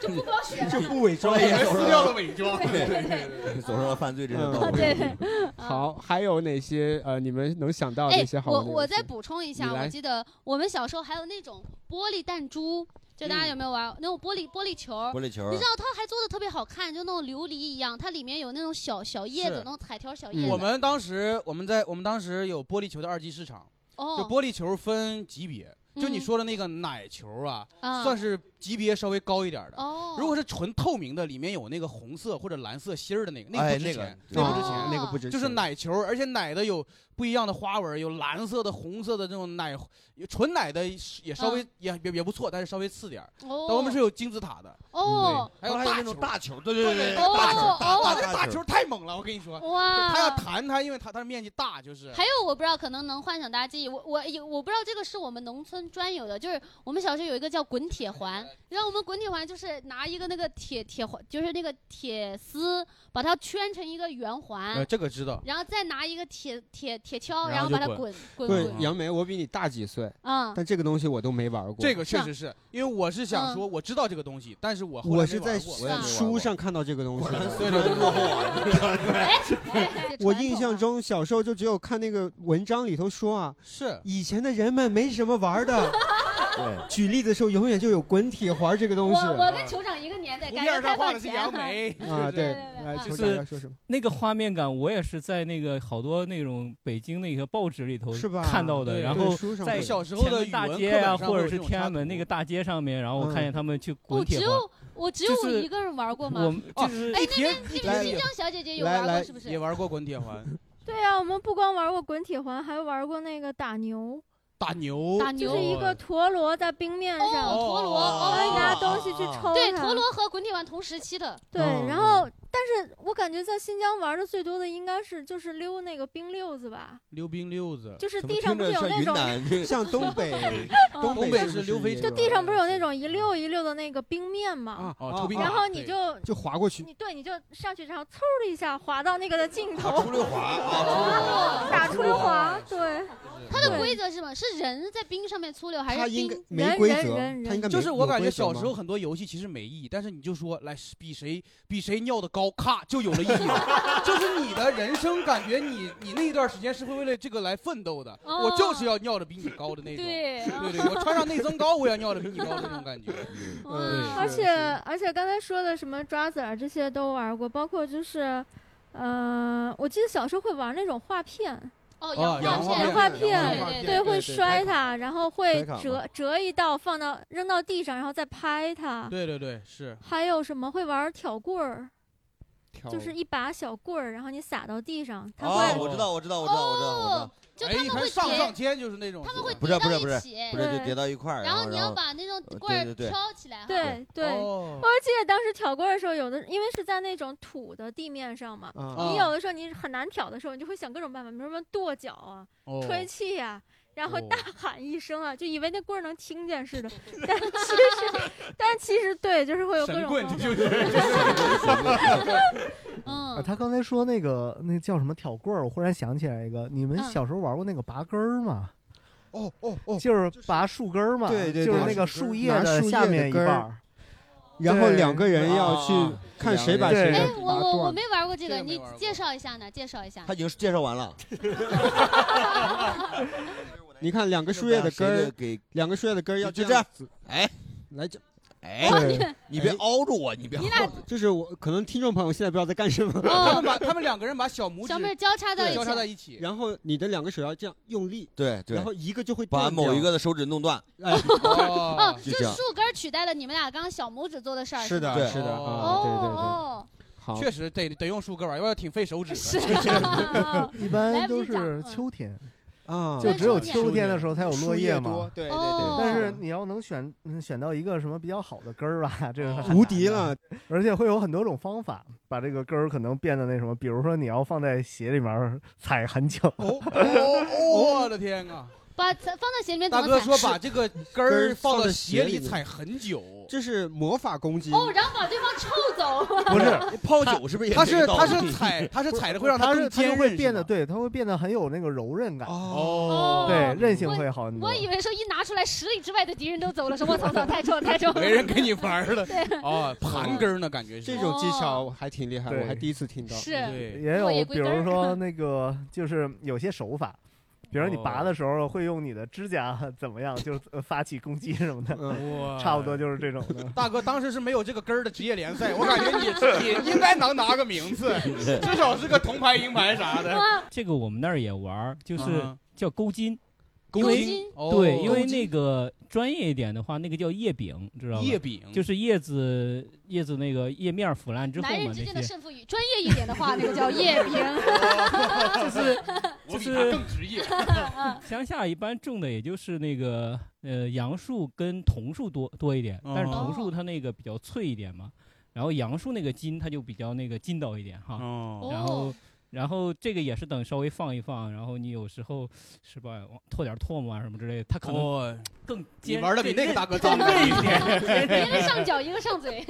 就不包雪了。就不伪装后来也了撕掉了伪装对对对 [laughs] 走上了犯罪这条道嗯路。啊对。好，还有哪些呃，你们能想到的哎一些，好我玩的游戏？我再补充一下，你来我记得我们小时候还有那种种玻璃弹珠，就嗯大家有没有玩、那种玻璃玻璃球？玻璃球你知道它还做的特别好看，就那种琉璃一样，它里面有那种小小叶子是，那种彩条嗯小叶子。我们当时我们在我们当时有玻璃球的二级市场，哦就玻璃球分级别，就你嗯说的那个奶球啊，啊算是级别稍微高一点的。哦，如果是纯透明的，里面有那个红色或者蓝色芯儿的那个，那哎个不值那个钱，对个不哦值钱，那个不值钱就是奶球，而且奶的有不一样的花纹，有蓝色的、红色的这种奶，纯奶的也稍微嗯也也也不错，但是稍微次点儿。哦但我们是有金字塔的，哦对还有还有那种大球，对对对大大球球儿，大哦大哦那大球儿太猛了，我跟你说，哇他要弹它，因为它它面积大，就是还有我不知道，可能能幻想大家记忆。我我有我不知道这个是我们农村专有的，就是我们小时候有一个叫滚铁环，然后我们滚铁环就是拿一个那个铁铁环，就是那个铁丝把它圈成一个圆环，呃这个知道然后再拿一个铁铁铁锹，然然后后就把它滚滚滚对，滚。杨梅，我比你大几岁，嗯但这个东西我都没玩过。这个确实是因为我是想嗯说，我知道这个东西，但是我后来我没是玩在过 [laughs] 书上看到这个东西的。对对对落后啊哎我印啊象中小时候就只有看那个文章里头说啊， [laughs] 是以前的人们没什么玩的。对，举例子的时候永远就有滚铁环这个东西。我我跟酋长一个年代，图感片觉上太画往的是前杨了梅 [laughs] 啊，对，哎来，就酋长要说什是么？那个画面感，我也是在那个好多那种北京那个报纸里头是吧看到的。对然对后书上在会小时候前的门语大文街课本啊，上或会者有是这种天插安门那个大街上面，然后我嗯看见他们去我滚哦只铁环。有我只有就我是一个人玩过吗？我们就是哎，那边那边新疆小姐姐有玩过是不是？也玩过滚铁环，对啊呀、我们不光玩过滚铁环，还玩过那个打牛。打牛，打牛就是一个陀螺在冰面上，哎哦陀螺哦然后拿东西去哦抽对，它陀螺和滚铁环同时期的。对，然后但是我感觉在新疆玩的最多的应该是就是溜那个冰溜子吧，溜冰溜子，就是地上不是有那种，，[laughs] 像东 [laughs] 北嗯东嗯东北北是是溜飞就地上不是有那种一溜一溜的那个冰面啊嘛，哦抽冰然塔后你对就就滑过去你对你就上去，然后嗖的一下滑到那个的尽头，出溜滑哦啊，打出出溜溜滑滑，对，它的规则是什么？是人在冰上面粗溜，还它是应冰该没规则它应该没就是我感觉有规则小吗时候很多游戏其实没意义，但是你就说来比谁比谁尿的高，咔就有了意义了。 [laughs] 就是你的人生感觉你你那一段时间是会为了这个来奋斗的，哦我就是要尿的比你高的那种。对对对，我穿上内增高我也要尿的比你高的那种 [laughs] 感觉。哦对而且而且刚才说的什么抓子啊儿这些都玩过，包括就是，呃，我记得小时候会玩那种画片。哦哦洋洋画画片洋片画洋画片对对会对摔它，然后摔会卡嘛折折一道放到扔到地上，然后再拍它。对对对，是。还有什么会玩挑棍儿，跳就是一把小棍儿，然后你撒到地上，它啊，会我知道，我知道，我知道，我知道，我知道。哎，一看上上签就是那种，他们会不是不是不是起不是，就对叠到一块儿，然后后你要把那种棍儿对对对挑起来对对，哦我记得当时挑棍儿的时候，有的因为是在那种土的地面上嘛，啊你有的时候你很难挑的时候，你就会想各种办法，比如什么跺脚啊、哦吹气呀、然后哦大喊一声啊，就以为那棍儿能听见 [laughs] 似的，但其实，但其实对，就是会有各种方法。嗯啊，他刚才说那个那叫什么挑棍儿，我忽然想起来一个，你们小时候玩过那个拔根儿吗？哦哦哦，就是拔树根儿嘛，对对对就是那个树根儿树叶拿的树叶下的面一根儿半儿，然后对两个人要去啊看谁把两谁个人哎的对哎我我我没玩过这个，这个没你玩过介绍一下呢？介绍一下他。已经介绍完了。 [laughs] 你看两个树叶的根谁儿的给，两个树叶的根儿要就这样就，哎，来这，哎对，你别凹着我，你别你俩凹着。就是我可能听众朋友现在不知道在干什么， [laughs] 他哦 [laughs] 们把他们两个人把小拇指小妹儿交叉到一对起交叉在一起，然后你的两个手要这样用力，对对然后一个就会把断掉某一个的手指弄断。哎，哦，就就这样树根儿取代了你们俩刚刚小拇指做的事儿。是的吗是的啊哦对对对哦，好确实得得用树根玩，要不然挺费手指的。 [laughs] 一般都是秋天。啊就只有秋天的时候才有落树叶叶嘛多，对对对哦但是你要能选嗯选到一个什么比较好的根儿 [laughs] 吧，这个是很无敌难的，哦而且会有很多种方法把这个根儿可能变得那什么，比如说你要放在鞋里面儿踩很久， [laughs] 哦哦我的天啊！把它放在鞋里面怎大么哥踩说把这个根儿放到鞋鞋里里踩很久，这是魔法攻击。哦，然后把对方臭走。不是泡酒是不是也他没是道他理是踩他是踩着会让更它是它是坚会韧，变得对，它会变得很有那个柔韧感哦对，韧性会好很多我。以为说一拿出来，十里之外的敌人都走了，说我操操，太臭了太臭了。没人跟你玩了 [laughs] 对。哦，盘根儿呢，感觉是这种技巧还挺厉害，对我还第一次听到。是对也落叶有， [laughs] 归比根儿如说那个，就是有些手法，比如哦说你拔的时候会用你的指甲怎么样，就是呃发起攻击什么的，嗯差不多就是这种的。大哥当时是没有这个根儿的职业联赛，我感觉你你应该能拿个名 [laughs] 次，至少是个铜牌、银牌啥的。这个我们那儿也玩儿，就是嗯叫勾金。勾因为金哦对，因勾为金那个专业一点的话，那个叫叶饼，知道吗？叶饼就是叶子叶子那个叶面腐烂之后嘛，男人那之些间的胜负欲，专业一点的话，那个叫叶平， [laughs] 我就是就比他是更职业 [laughs] 乡下一般种的也就是那个呃杨树跟桐树多多一点，但是哦桐树它那个比较脆一点嘛，然后杨树那个筋它就比较那个筋道一点哈，然后哦。然后这个也是等稍微放一放，然后你有时候是吧，往吐点唾沫啊什么之类的，它可哦能更你尖玩的比 [laughs] 对那个韧大哥更脏韧一一点。个上脚，一个上嘴。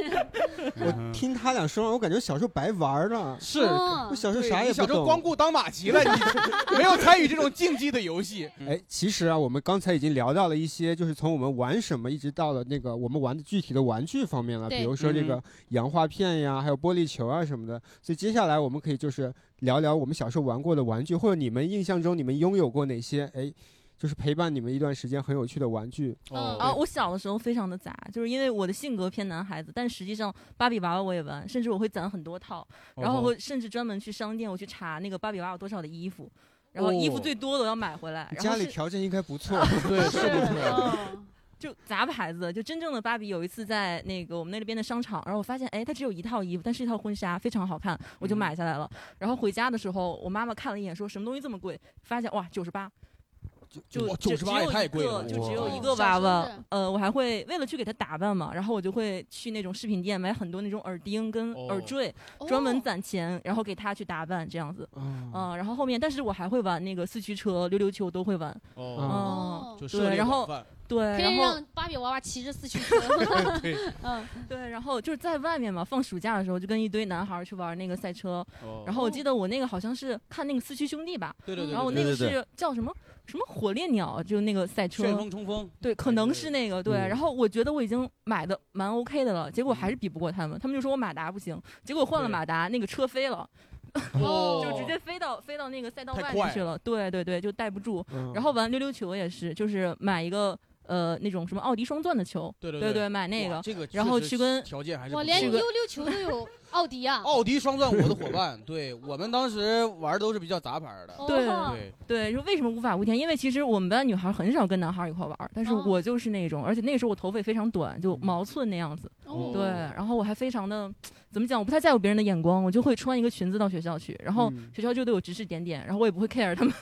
我听他俩说完，我感觉小时候白玩了。嗯是哦我小时候啥也你不小时候懂。光顾当马骑了，你没有参与这种竞技的游戏。嗯哎，其实啊，我们刚才已经聊到了一些，就是从我们玩什么，一直到了那个我们玩的具体的玩具方面了，对比如说这个嗯洋画片呀，还有玻璃球啊什么的。所以接下来我们可以就是聊聊我们小时候玩过的玩具，或者你们印象中你们拥有过哪些？哎，就是陪伴你们一段时间很有趣的玩具。哦啊，我小的时候非常的杂，就是因为我的性格偏男孩子，但实际上芭比娃娃我也玩，甚至我会攒很多套，然后哦我甚至专门去商店我去查那个芭比娃娃有多少的衣服，然后衣服哦最多的我要买回来，然后家里是条件应该不 [laughs] 错， [laughs] 嗯就杂牌子，就真正的芭比。有一次在那个我们那边的商场，然后我发现，哎，它只有一套衣服，但是一套婚纱非常好看，我就买下来了。然后回家的时候，我妈妈看了一眼，说什么东西这么贵？发现哇，九十八。就哇就98只有也一太个贵了就只哇有一个娃娃。呃，我还会为了去给它打扮嘛，然后我就会去那种饰品店买很多那种耳钉跟哦耳坠，哦专门攒钱，然后给它去打扮这样子。哦嗯、然后后面，但是我还会玩那个四驱车、溜溜球都会玩。哦嗯就涉猎对，然广后泛对，可以然后。让芭比娃娃骑着四驱车嗯，对，然后就是在外面嘛，放暑假的时候就跟一堆男孩儿去玩那个赛车。哦然后我记得我那个好像是看那个四驱兄弟吧，对对对然后我对那对个对是叫什么什么火烈鸟，就那个赛车。旋风冲锋。对，可能是那个对。嗯然后我觉得我已经买的蛮 OK 的了，结果还是比不过他们，他们就说我马达不行，结果换了马达，那个车 [laughs] 飞了。哦就直接飞到飞到那个赛道太外快面去了了，对对对，就带不住。嗯然后玩溜溜球也是，就是买一个呃那种什么奥迪双钻的球，对对对买那哇这个然确后实去跟条件还是我不连错溜的溜球都有奥迪啊！奥迪双钻，我的伙伴，对我们当时玩的都是比较杂牌儿的。对对，对，就为什么无法无天？因为其实我们班女孩很少跟男孩一块玩儿，但是我就是那种，而且那个时候我头发也非常短，就毛寸那样子。哦对，然后我还非常的怎么讲？我不太在乎别人的眼光，我就会穿一个裙子到学校去，然后学校就对我指指点点，然后我也不会 care 他们。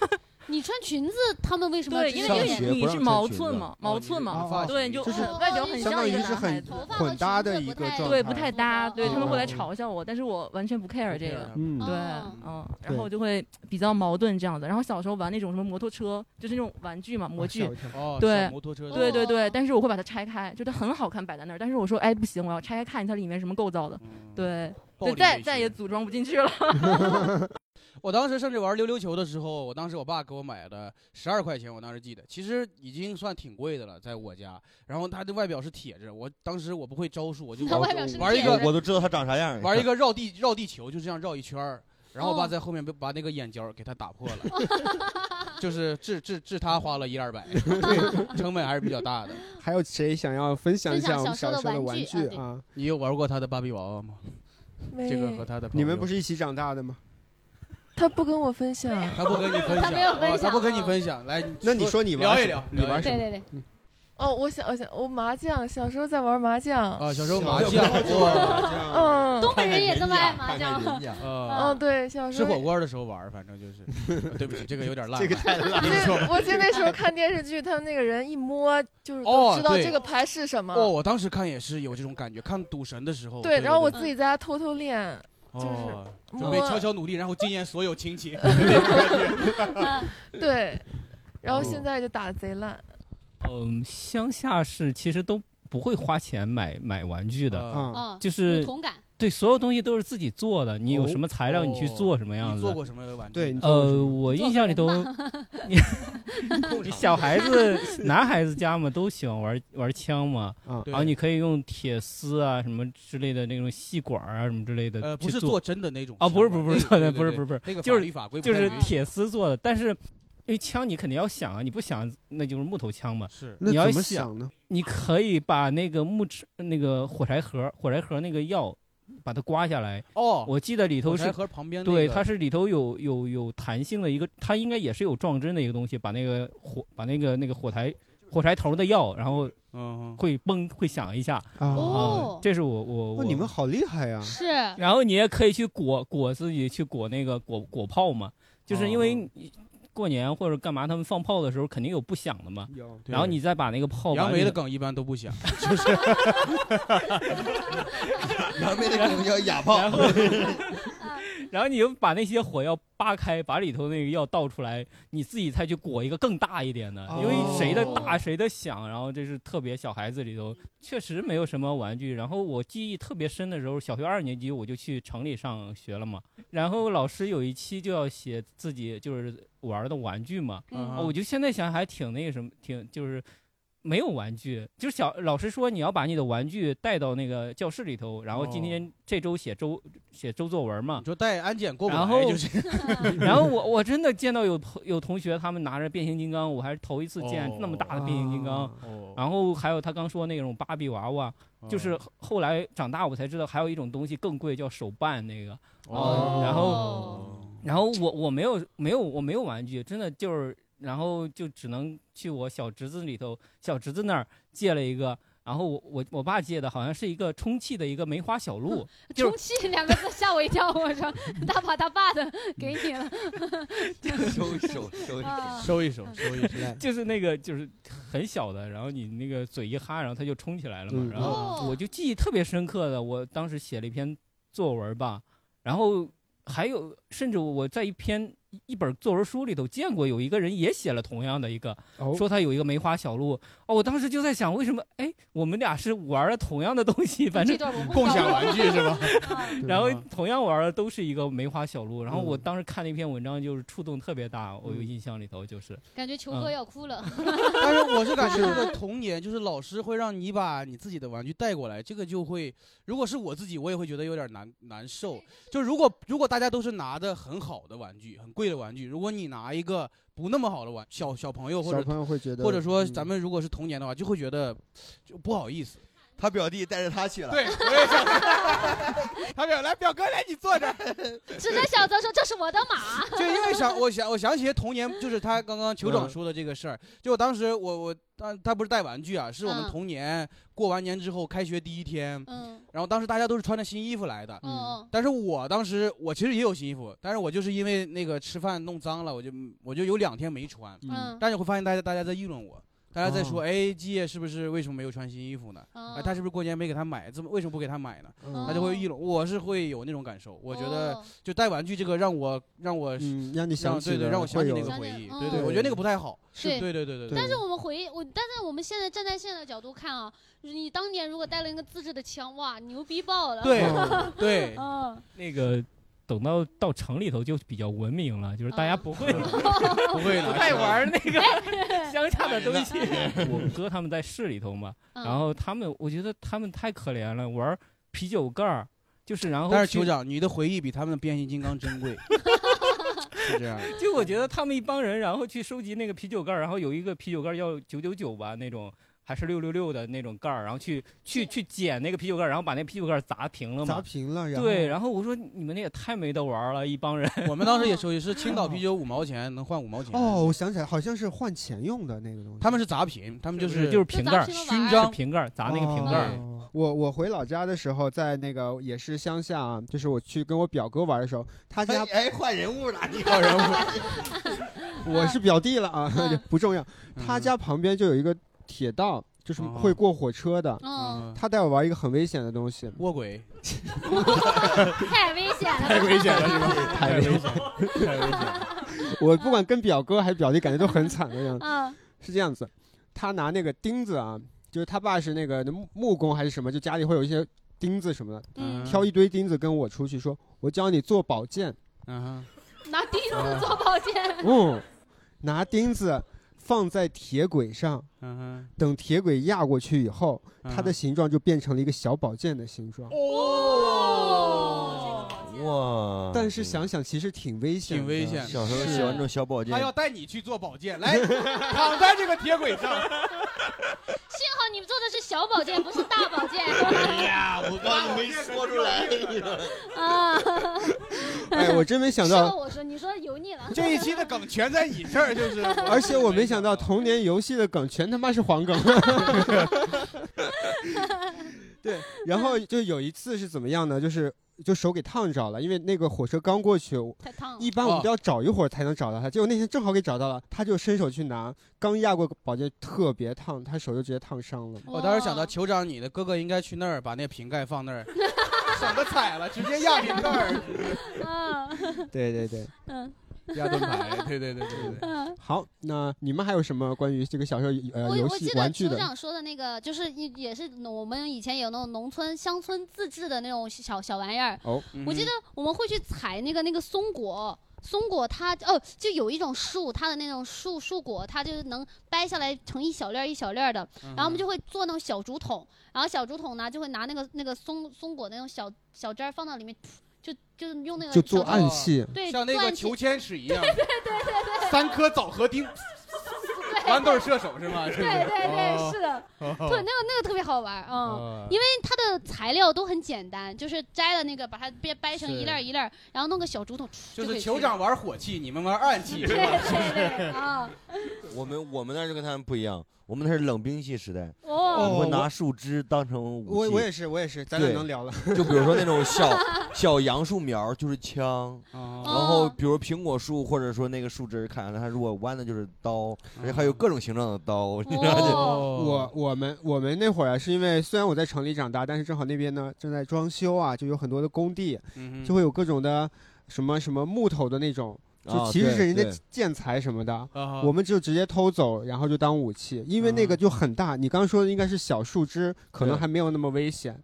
你穿裙子，他们为什么要 [laughs] 对，指因指为点因点为你是毛寸嘛，毛寸哦嘛，对，你就就是外表很相像当一个于是男孩很子。混搭的一个状态，对，不太搭， [laughs] 对他们会嗯来嘲笑我，但是我完全不 care 这个，嗯对，哦嗯，对然后我就会比较矛盾这样子。然后小时候玩那种什么摩托车，就是那种玩具嘛，模具吓我一跳哦，对小，摩托车对对哦对，但是我会把它拆开，就它很好看摆在那儿，但是我说，哎，不行，我要拆开看一下它里面什么构造的，对，嗯暴力就再再也组装不进去了。 [laughs] 我当时甚至玩溜溜球的时候，我当时我爸给我买的十二块钱，我当时记得，其实已经算挺贵的了，在我家。然后它的外表是铁质，我当时我不会招数，我就外表是玩一铁个质我都知道它长啥样玩一个绕地绕地球，就这样绕一圈儿。然后我爸哦在后面把那个眼角给他打破 [laughs] 了，就是治治治他花了一二 [laughs] 百，成本还是比较大的。 [laughs] 还有谁想要分享一下我们小时候的玩分享小时候的玩具啊？你有玩过他的芭比娃娃吗？哎这个和他的朋你们友不是一起长大的吗？他不跟我分享，他不跟你分享，啊他不跟你分享。来，那你说你玩聊一什聊么，你玩什么对对对哦，我想，我想，我麻将，小时候在玩麻将啊，小时候麻小时将，候就玩麻哇嗯东北人也这么爱麻将 [laughs] 看看人家啊嗯，对，小时吃候火锅的时候玩儿，反正就是，啊对不起，这个有点烂，这个太 [laughs] 烂了我记得那时候看电视剧，他们那个人一摸就是哦都知道对这个牌是什么。哦，我当时看也是有这种感觉，看赌神的时候，对，然后我自己己在家偷偷练，就是哦，摸准备悄悄努力，然后惊艳所有亲 [laughs] 戚。嗯 [laughs] 对，然后现在就打的贼烂。嗯，乡下是其实都不会花钱买买玩具的，哦嗯就有是同感对所有东西都是自己做的，你有什么材料哦你去做什么样子。你做过什么玩具？啊对呃，我印象里都， [laughs] [laughs] 你小孩子、男孩子家嘛，都喜欢玩玩枪嘛，嗯然后对你可以用铁丝啊什么之类的那种吸管啊什么之类的去做。呃，不是做真的那种啊，不是不是不是那个不是对对不对是不那是，个就法是律法规不就太是允许铁丝做的，但是因为枪你肯定要想啊，你不想那就是木头枪嘛。是那你要怎么想想呢？你可以把那个木质那个火柴盒，火柴盒那个药。把它刮下来哦我记得里头火是柴盒旁边那对，个它是里头有有有弹性的一个，它应该也是有撞针的一个东西，把那个火把那个那个火柴火柴头的药，然后嗯会嘣会响一下啊啊哦这是我我我哦，你们好厉害呀！是，然后你也可以去裹裹自己去裹那个裹裹炮嘛，就是因哦为你过年或者干嘛，他们放炮的时候肯定有不响的嘛。对然后你再把那个炮，杨梅的梗一般都不 [laughs] 响，就是杨梅的梗叫哑炮然后然后你就把那些火药扒开，把里头那个药倒出来，你自己再去裹一个更大一点的，因为谁的大谁的响。然后这是特别小孩子里头确实没有什么玩具。然后我记忆特别深的时候，小学二年级我就去城里上学了嘛，然后老师有一期就要写自己就是玩的玩具嘛，哦嗯我就现在想还挺那个什么，挺就是。没有玩具，就是小老师说你要把你的玩具带到那个教室里头，然后今哦天这周写周写周作文嘛，就带安检过不来，然后就是 [laughs] 然后我我真的见到有朋有同学他们拿着变形金刚，我还是头一次见那么大的变形金刚。哦然后还有他刚说那种芭比娃娃，就是后后来长大我才知道还有一种东西更贵，叫手办那个。哦啊然后然后我我没有没有我没有玩具，真的就是然后就只能去我小侄子里头小侄子那儿借了一个。然后我我我爸借的好像是一个充气的一个梅花小鹿，就是充气两个字吓我一跳，我 [laughs] 说大把大把的给你了， [laughs] 收一收，收一啊收一收，[laughs] 收一来收，就是那个就是很小的，然后你那个嘴一哈，然后它就冲起来了嘛嗯。然哦后我就记忆特别深刻的，我当时写了一篇作文吧，然后还有甚至我在一篇一本作文书里头见过有一个人也写了同样的一个，哦说他有一个梅花小鹿。哦，我当时就在想，为什么哎我们俩是玩了同样的东西，反正这段我不知道共享玩具是吧？ [laughs] 然后同样玩的都是一个梅花小鹿，嗯然后我当时看那篇文章就是触动特别大，我有印象里头就是感觉球哥嗯要哭 [laughs] 了。 [laughs] 但是我是感 [laughs] 觉这个童年，就是老师会让你把你自己的玩具带过来，这个就会，如果是我自己，我也会觉得有点难难受。就如果如果大家都是拿的很好的玩具，很贵的玩具，如果你拿一个不那么好的玩，小小朋友或者小朋友会觉得或者说嗯咱们如果是童年的话，就会觉得就不好意思。他表弟带着他去了，对，我也想。他表来表哥来，你坐这儿。指着小泽说：“这是我的 [laughs] 马。” [laughs] 就因为想，我想我想起童年，就是他刚刚酋长嗯说的这个事儿。就我当时我我当他不是带玩具啊，是我们嗯童年过完年之后开学第一天， [laughs] 嗯，然后当时大家都是穿着新衣服来的，嗯，但是我当时我其实也有新衣服，但是我就是因为那个吃饭弄脏了，我就我就有两天没穿，嗯但是会发现大家大家在议论我。大家在说，哦哎，季夜是不是为什么没有穿新衣服呢？哦哎，他是不是过年没给他买？怎么为什么不给他买呢？嗯他就会议论，我是会有那种感受。我觉得哦就带玩具这个让我让我嗯让你想起对对，了让我想起会那有个回忆，想起对对，嗯我觉得那个不太好。对对对对对。但是我们回忆，我但是我们现在站在现在的角度看啊，你当年如果带了一个自制的枪，哇，牛逼爆了。对 [laughs] 对嗯，那个等到到城里头就比较文明了，就是啊大家不 [laughs] [laughs] 会不会 [laughs] 了不太玩那个 [laughs] 乡下的东西。哎我哥他们在市里头嘛，嗯然后他们我觉得他们太可怜了，玩啤酒盖儿，就是然后但是去酋长，你的回忆比他们的变形金刚珍 [laughs] 贵，是这样的。就我觉得他们一帮人，然后去收集那个啤酒盖儿，然后有一个啤酒盖儿要九九九吧那种，还是六六六的那种盖儿，然后去去去捡那个啤酒盖儿，然后把那啤酒盖儿砸平了嘛。砸平了，然后对，然后我说你们那也太没得玩儿了，一帮人。 [laughs] 我们当时也收集，是青岛啤 [laughs] 酒五毛钱能换五毛钱。哦，我想起来，好像是换钱用的那个东西。他们是砸瓶，他们就是就是瓶盖儿，勋章瓶盖儿砸那个瓶盖儿。哦我我回老家的时候，在那个也是乡下啊，就是我去跟我表哥玩的时候，他家哎，换人物了，你换人物 [laughs] 我是表弟了啊， [laughs] 不重要。嗯他家旁边就有一个铁道，就是哦会过火车的。嗯他带我玩一个很危险的东西， [laughs] 卧轨。 [laughs] 太危险了，太危险了是吧太危险，太危险了。我不管跟表哥还是表弟，感觉都很惨的样子。嗯是这样子，他拿那个钉子啊，就是他爸是那个木木工还是什么，就家里会有一些钉子什么的，嗯挑一堆钉子跟我出去说，我教你做宝剑。嗯拿钉子做宝剑。嗯，拿钉子放在铁轨上，嗯等铁轨压过去以后，它嗯哦的形状就变成了一个小宝剑的形状。哦，哇！但是想想其实挺危险的，挺危险的小时候喜欢这种小哦保健他，要带你去做保 [laughs] 健，来躺在这个铁轨上。幸好你们做的是小保健，不是大保健。哎呀，我刚刚没说出来。啊！哎，我真没想说到，我说嗯你说油腻了。 [laughs] 这一期的梗全在你这儿，就是。 [laughs] 而且我没想到童年游戏的梗全他妈是黄梗。 [laughs] 对，然后就有一次是怎么样呢？就是就手给烫着了，因为那个火车刚过去，太烫了。一哦般我们都要找一会儿才能找到他，结果那天正好给找到了，他就伸手去拿，刚压过保洁，特别烫，他手就直接烫伤了。我当时哦想到酋长，你的哥哥应该去那儿把那瓶盖放 [laughs] 那儿，省得踩了，直接压瓶盖儿，嗯对对对，嗯，压盾牌。对对对对对对。嗯。好，那你们还有什么关于这个小时候呃我游我戏记得玩具酋的？长说的那个，就是一也是我们以前有那种农村乡村自制的那种小小玩意儿。哦我记嗯得我们会去采那个那个松果，松果它哦，就有一种树，它的那种树树果，它就能掰下来成一小粒儿一小粒儿的。然后我们就会做那种小竹筒，然后小竹筒呢就会拿那个那个松松果那种小小汁儿放到里面，噗就就用那个嗯就做小竹暗器哦对，像那做个暗器裘千尺一样，对对对对对， [laughs] 三颗枣核钉，豌豆射手是吗？是不对对对，是的，哦对，那个那个特别好玩儿，嗯哦，因为它的材料都很简单，就是摘了那个，把它掰掰成是一粒儿一粒儿，然后弄个小竹筒，唰就可以是吃了酋长，玩火器，你们玩暗器，对对对啊，我们我们那儿就跟他们不一样，我们那是冷兵器时代，哦我们拿树枝当成武器。我我也是我也是，咱俩对能聊了。 [laughs] 就比如说那种 [laughs] 小小杨树苗就是枪，哦然后比如苹果树或者说那个树枝，砍了它如果弯的就是哦刀，而且还有哦各种形状的刀，你知道吗？哦我我们我们那会儿啊，是因为虽然我在城里长大，但是正好那边呢正在装修啊，就有很多的工地，嗯哼就会有各种的什么什么木头的那种，啊就其实是对人家对建材什么的啊哈，我们就直接偷走，然后就当武器，因为那个就很大。你刚刚说的应该是小树枝，可能嗯对还没有那么危险。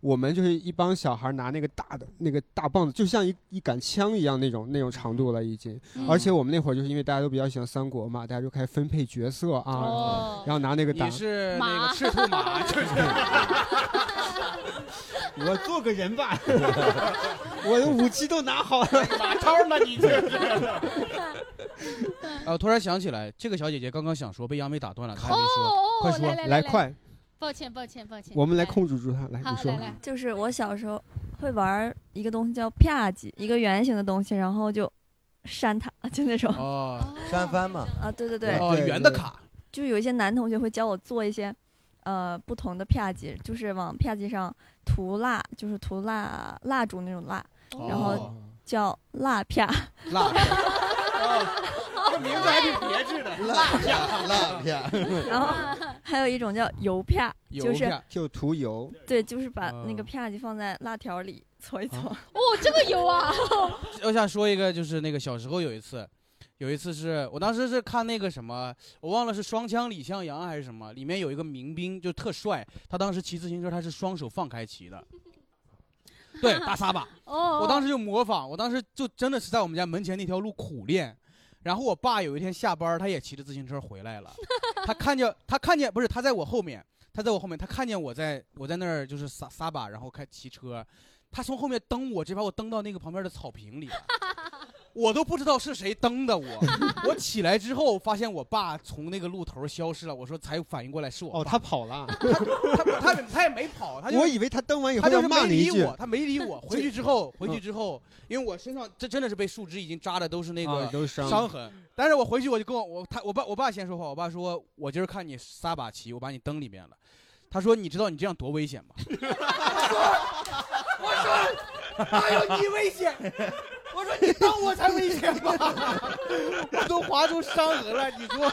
我们就是一帮小孩拿那个大的那个大棒子，就像一一杆枪一样那种那种长度了已经。嗯而且我们那会儿就是因为大家都比较喜欢三国嘛，大家就开始分配角色啊，哦然后拿那个打你。是那个赤兔马，就 [laughs] 是 [laughs] 我做个人吧， [laughs] 我的武器都拿好了。 [laughs] 马 [laughs] 超吗？你这是？啊，我突然想起来，这个小姐姐刚刚想说，被央妹打断了，她还没哦说，哦快哦说，来来来来快，抱歉抱歉抱歉，我们来控制住他，来你说。就是我小时候会玩一个东西叫啪叽，一个圆形的东西，然后就扇它，就那种。哦，扇翻嘛，啊，对对对。哦，圆的卡，就有一些男同学会教我做一些，呃，不同的啪叽，就是往啪叽上涂蜡，就是涂蜡蜡烛那种蜡，然后哦叫蜡啪。 [laughs] 辣片，哦这名字还挺别致的，辣片，辣 [laughs] [laughs] 片然后还有一种叫油啪，就是就涂油，对，就是把嗯那个啪叽放在辣条里搓一搓。哦，这个有啊，我想说一个，就是那个小时候有一次，有一次是我当时是看那个什么，我忘了是《双枪李向阳》还是什么，里面有一个民兵就特帅，他当时骑自行车，他是双手放开骑的， [laughs] [laughs] 对，大撒把。哦，我当时就模仿，我当时就真的是在我们家门前那条路苦练。然后我爸有一天下班，他也骑着自行车回 [laughs] 来了，他看见他看见不是他在我后面，他在我后面，他看见我在我在那儿就是撒撒把，然后开骑车，他从后面蹬我，直接把我蹬到那个旁边的草 [laughs] 坪里了。我都不知道是谁蹬的我，我起来之后发现我爸从那个路头消失了，我说才反应过来是我哦，爸他跑了，他他也没跑，他就 [laughs] 我以为他蹬完以后他就要是骂没你一理句我，。他没理 [laughs] 我。回去之后，嗯回去之后，因为我身上这真的是被树枝已经扎的都是那啊都个是伤伤痕。但是我回去我就跟我我他我爸我爸先说话，我爸说我今儿看你撒把棋，我把你蹬里面了。他说你知道你这样多危险吗？ [laughs] 我说，哎呦，你危险！我说你当我才危险吧？我都划出伤痕了，你说？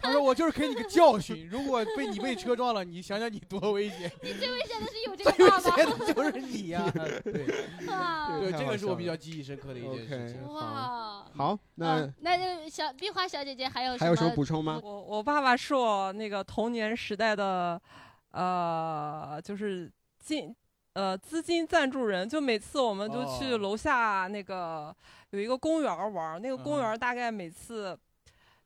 他说我就是给你个教训，如果被你被车撞了，你想想你多危险。你最危险的是有这最个危爸险爸的就是你呀、 [laughs] 对，啊， [laughs] 对，太这好个是我笑比了较记忆深刻的一件事 OK，情。哇，嗯好，那那就小壁花小姐姐还有还有什么补充吗？我我爸爸是我那个童年时代的，呃，就是进呃资金赞助人。就每次我们就去哦嗯楼下那个、有一个公园儿玩儿，那个公园儿大概每次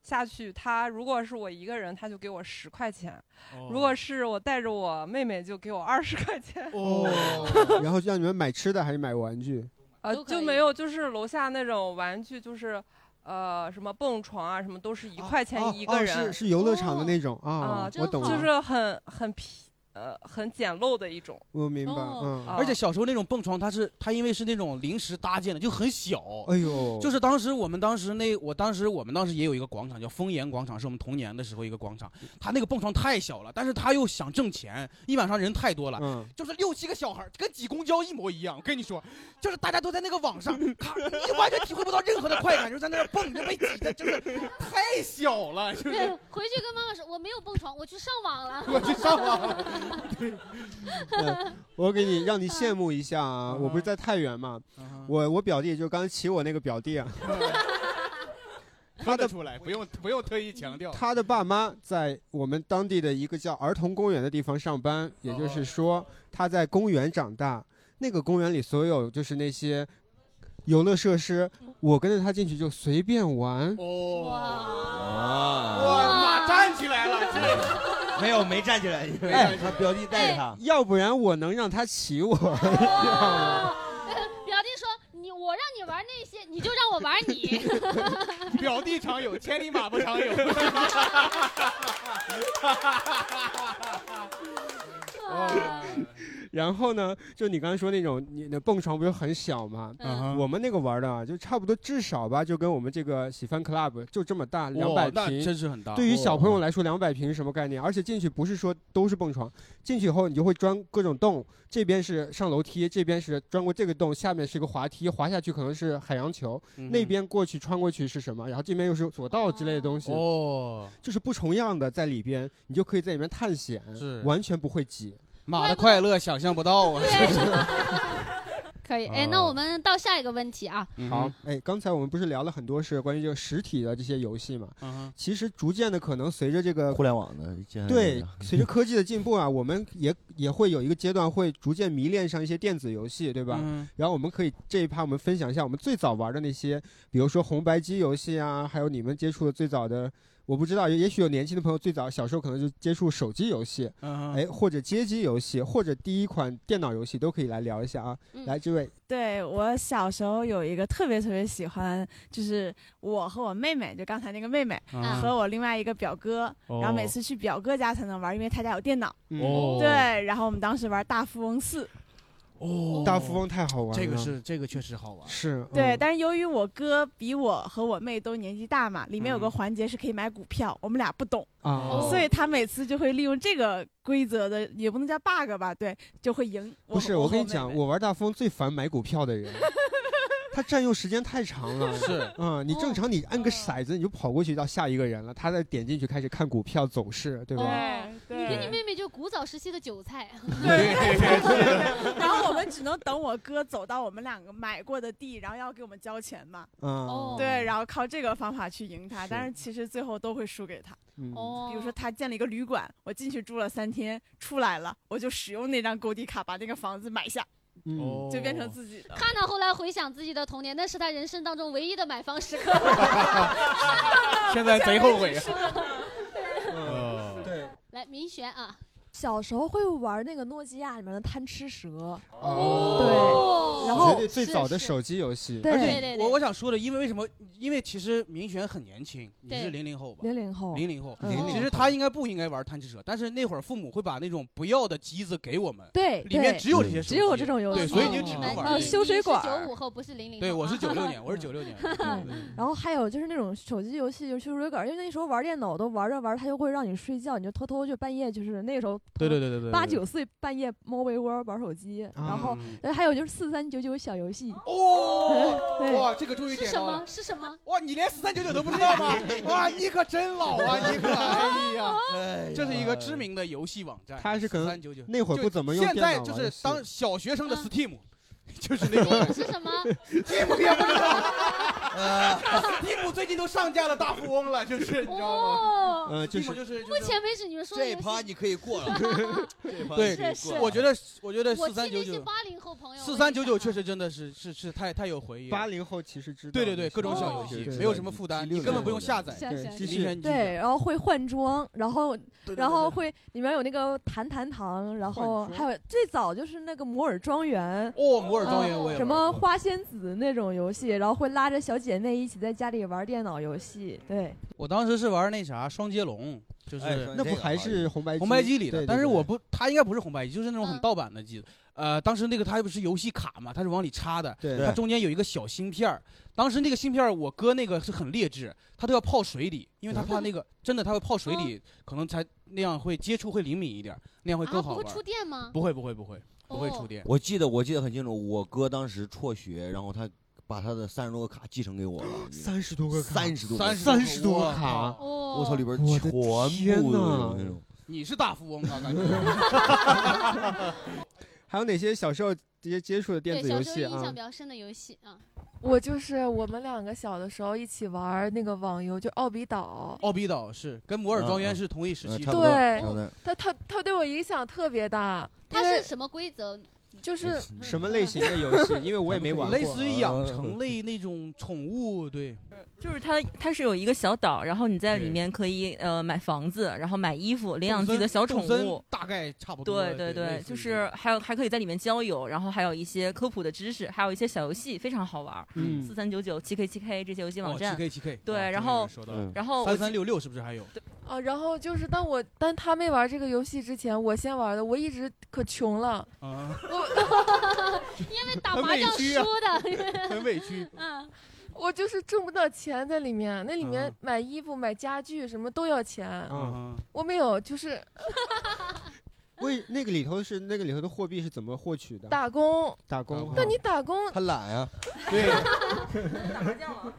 下去，他如果是我一个人，他就给我十块钱；哦如果是我带着我妹妹，就给我二十块钱。 [laughs] 哦 [laughs] 然后就让你们买吃的还是买玩具？呃，就没有，就是楼下那种玩具，就是呃什么蹦床啊，什么都是一块钱一个人，哦是是游乐场的那种啊、啊，我懂就了，是很很皮呃很简陋的一种。我明白，嗯，啊而且小时候那种蹦床，它是它因为是那种临时搭建的，就很小。哎呦就是当时我们当时那我当时我们当时也有一个广场叫丰岩广场，是我们童年的时候一个广场。嗯它那个蹦床太小了，但是他又想挣钱，一晚上人太多了，嗯就是六七个小孩儿跟挤公交一模一样。我跟你说，就是大家都在那个 [laughs] 网上，咔，你完全体会不到任何的快感，就在那儿蹦，就被挤的，就是太小了，就对 [laughs] 是，回去跟妈妈说，我没有蹦床，我去上网了。我去上网了。嗯我给你让你羡慕一下啊！嗯我不是在太原嘛，我我表弟就刚骑我那个表弟啊，嗯看得出来，不用不用特意强调。他的爸妈在我们当地的一个叫儿童公园的地方上班，也哦就是说他在公园长大。那个公园里所有就是那些游乐设施，我跟着他进去就随便玩。哦哇！我妈站起来了，这没有，没站起来，因为哎他表弟带着他。要不然我能让他骑我？ [laughs] 表弟说：“你我让你玩那些，你就让我玩你。 [laughs] 表弟常有，千里马不常有。 [laughs] 然后呢，就你刚才说那种，你的蹦床不是很小吗？嗯我们那个玩的啊，就差不多至少吧，就跟我们这个喜欢 club 就这么大，两百那平，真是很大对于小朋友哇来说，两百平是什么概念？而且进去不是说都是蹦床，进去以后你就会钻各种洞，这边是上楼梯，这边是钻过这个洞，下面是个滑梯，滑下去可能是海洋球，嗯那边过去穿过去是什么？然后这边又是索道之类的东西。哦，就是不重样的在里边，你就可以在里面探险，是完全不会挤。马的快乐想象不到啊！可以，哦哎，那我们到下一个问题啊。嗯好，哎，刚才我们不是聊了很多是关于这个实体的这些游戏嘛？嗯其实逐渐的，可能随着这个互联网的现在对， [laughs] 随着科技的进步啊，我们也也会有一个阶段会逐渐迷恋上一些电子游戏，对吧？嗯然后我们可以这一趴我们分享一下我们最早玩的那些，比如说红白机游戏啊，还有你们接触的最早的。我不知道，也也许有年轻的朋友最早小时候可能就接触手机游戏，嗯哎，或者街机游戏，或者第一款电脑游戏都可以来聊一下啊。来，这位对我小时候有一个特别特别喜欢，就是我和我妹妹，就刚才那个妹妹，啊和我另外一个表哥，哦然后每次去表哥家才能玩，因为他家有电脑。嗯哦对，然后我们当时玩大富翁四。哦大富翁太好玩了，这个是这个确实好玩。是，对，嗯但是由于我哥比我和我妹都年纪大嘛，里面有个环节是可以买股票，我们俩不懂，嗯哦所以他每次就会利用这个规则的，也不能叫 bug 吧，对，就会赢。不是，我我和跟你妹讲，我玩大富翁最烦买股票的人，他占用时间太长了。是嗯，你正常你按个骰子你就跑过去到下一个人了，他再点进去开始看股票走势，哦对吧？你跟你妹妹就古早时期的韭菜。 [laughs] 然后我们只能等我哥走到我们两个买过的地，然后要给我们交钱嘛。哦嗯对，然后靠这个方法去赢他，是但是其实最后都会输给他。嗯哦比如说他建了一个旅馆，我进去住了三天，出来了我就使用那张购地卡把那个房子买下，嗯就变成自己的。看到后来回想自己的童年，那是他人生当中唯一的买房时 [laughs] 刻。现 [laughs] 在贼后悔。啊 [laughs] 对，来，明轩啊，小时候会玩那个诺基亚里面的贪吃蛇，哦对，然后绝对最早的手机游戏，对而对且对我我想说的，因为为什么？因为其实明玄很年轻，你对是零零后吧？ 00后零零后嗯00。其实他应该不应该玩贪吃蛇，但是那会儿父母会把那种不要的机子给我们，对里面对只有这些手机，只有这种游戏对，所以你就只能玩这哦个。修水管儿九五后不啊是零零。对，我是九六 [laughs] 年，我是九六年。嗯然后还有就是那种手机游戏，就是修水管，因为那时候玩电脑都玩着玩着，它就会让你睡觉，你就偷偷就半夜就是那个时候 [laughs] 对对对对对八九岁半夜猫被窝玩手机，啊然后呃还有就是四三九九小游戏哦 [laughs] 对哇，这个终于点到了。是什么？哇，你连四三九九都不知道 [laughs] 吗？哇，你可真老啊，你可 [laughs] 哎呀，这是一个知名的游戏网站。他是可能399那会儿不怎么用现电脑啊在玩就游戏，是 [laughs] 当小学生的 Steam，就是那种嗯 [laughs] 是什么？ Steam 也不知道。蒂姆最近都上架了大富翁了，就是你知道吗？呃呃哦，哎蒂姆就是目前为止你们说的这一游戏趴你可以 [laughs] 过了，啊这一趴对你可以过了我觉得我觉得我四替三九那些九八零后朋友四三九九确实真的是是是太太有回忆了。啊八零后其实知道对对那对，些各种小游哦戏对没有什么负担，对你根本不用下载下载，你完全你对，然后会换装，然后然后会里面有那个弹弹堂，然后换装还有最早就是那个摩尔庄园哦，摩尔庄园嗯我也什玩么花仙子那种游戏，然后会拉着小姐妹一起在家里玩电脑游戏，对，我当时是玩那啥双截龙，啊就是、哎那不还是红白红白机机里对对的，但是对我不，它应该不是红白机，就是那种嗯很盗版的机子。呃，当时那个它不是游戏卡嘛，它是往里插的，对它中间有一个小芯片儿当时那个芯片儿我哥那个是很劣质，他都要泡水里，因为嗯他怕那个真的他会泡水哦里，可能才那样会接触会灵敏一点，那样会更啊好不会玩。触电吗不会不会不会不会哦触电。我记得我记得很清楚，我哥当时辍学，然后他把他的三十多个卡继承给我了，三十多个卡三十多个三十多个三十多个卡哦我操里边我全的部天都哪有那种。你是大富翁 [laughs] 啊，感觉。 [laughs] 还有哪些小时候接接触的电对子小游时候戏印啊象？比较深的游戏啊， [laughs] 我就是我们两个小的时候一起玩那个网游，就奥比岛。奥比哦岛是跟嗯摩尔庄园是同一时期的，对，他他他对我影响特别大。它因为是什么规则？就是嗯什么类型的游戏？因为我也没玩过，类似于养成类那种宠物，对，就是它，它是有一个小岛，然后你在里面可以呃买房子，然后买衣服，领养自己的小宠动森物，大概差不多。对对类对，似就于是还有还可以在里面交友，然后还有一些科普的知识，还有一些小游戏，非常好玩儿。嗯四三九九、七 K 七 K 这些游戏网站。七 K 七 K，对，然后然后我三三六六是不是还有？啊，然后就是当我当他没玩这个游戏之前，我先玩的，我一直可穷了。啊，因为打很麻委将屈啊输的，很委屈。嗯，我就是挣不到钱在里面，那里嗯面买衣服、买家具什么都要钱，啊，嗯我没有，就是为那个里头是那个里头的货币是怎么获取的？打工。打工，啊那你打工，他懒啊，对，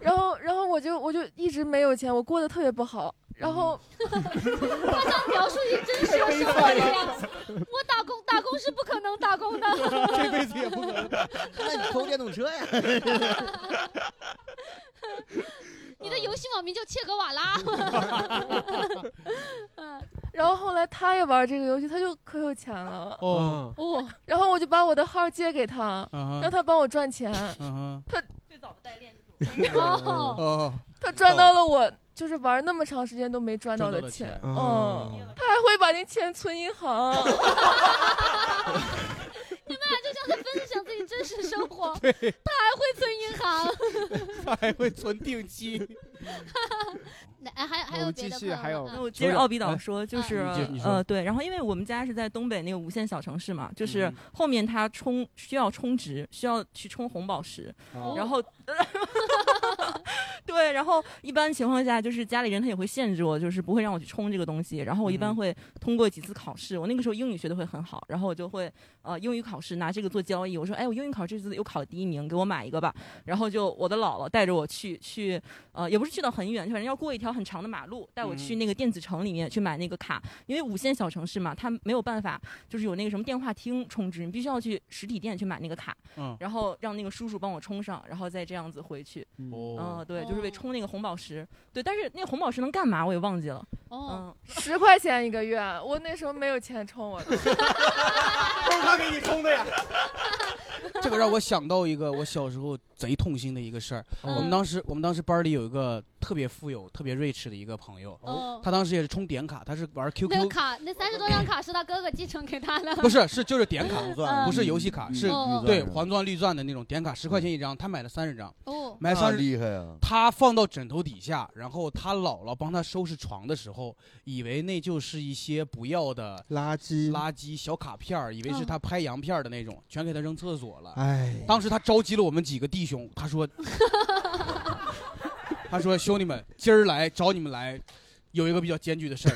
然后然后我就我就一直没有钱，我过得特别不好。然嗯后，他想描述你真实的生活的 [laughs] 样子。我打工，打工是不可能打工的。这辈子也不可能。那你偷电动车呀？你的游戏网名叫切格瓦拉。然后后来他也玩这个游戏，他就可有钱了。哦哦，然后我就把我的号借给他，嗯啊让他帮我赚钱。嗯他 [laughs] 哼，哦，他赚到了我就是玩那么长时间都没赚到的钱，赚到了哦嗯，他还会把那钱存银行，你们俩就像在分享自己真实生 [laughs] 活，他还会存银行。他还会存定期。那哎还还有别的朋友吗嗯啊那我接着奥比岛说，就是哎你说呃，对，然后因为我们家是在东北那个五线小城市嘛，就是嗯后面它充需要充值，需要去充红宝石哦，然后 [laughs] 对，然后一般情况下就是家里人他也会限制我，就是不会让我去充这个东西。然后我一嗯般会通过几次考试，我那个时候英语学的会很好，然后我就会呃英语考试拿这个做交易。我说哎，我英语考试这次又考了第一名，给我买一个吧。然后就我的姥姥带着我去去呃也不是去到很远，反正要过一条很长的马路，带我去嗯那个电子城里面去买那个卡，因为五线小城市嘛，它没有办法就是有那个什么电话厅充值，你必须要去实体店去买那个卡，嗯然后让那个叔叔帮我充上，然后再这样子回去。嗯，对，就是为充那个红宝石。对，但是那个红宝石能干嘛我也忘记了。哦， [laughs] 十块钱一个月，我那时候没有钱充我 [laughs] 的，都是他给你充的呀。这个让我想到一个我小时候贼痛心的一个事儿。哦我们当时我们当时班里有一个特别富有、特别 rich 的一个朋友，哦他当时也是充点卡，他是玩那个 QQ，卡，那三十多张卡是他哥哥继承给他的。 [laughs] 不是是就是点卡黄钻，不是游戏卡，嗯绿是钻对是吧黄钻绿钻的那种点卡，十块钱一张，他买了三十张。哦买三那十厉害嗯啊！他放到枕头底下，然后他姥姥帮他收拾床的时候，以为那就是一些不要的垃圾垃圾小卡片儿，以为是他拍洋片儿的那种，全给他扔厕所了。哎，当时他召集了我们几个弟兄，他说：“ [laughs] 他说兄弟们，今儿来找你们来，有一个比较艰巨的事儿，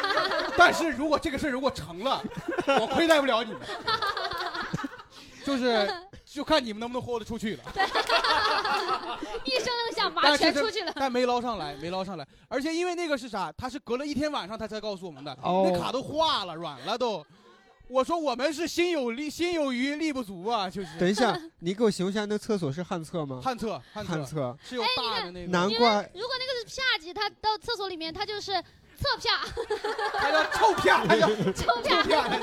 [laughs] 但是如果这个事儿如果成了，我亏待不了你们，就是就看你们能不能豁得出去了。”一声令下，但马是全这出去了。但没捞上来，没捞上来。而且因为那个是啥，他是隔了一天晚上他才告诉我们的，哦那卡都化了，软了都。我说我们是心有力心有余力不足啊，就是。等一 [laughs] 下，你给我形容一下那厕所是旱厕吗？旱厕，旱厕，厕是有大的那个。难哎因为怪如果那个是啪叽，他到厕所里面，他就是侧 [laughs] 啪，他叫臭啊啪，他叫 [laughs] 臭啊啪。啊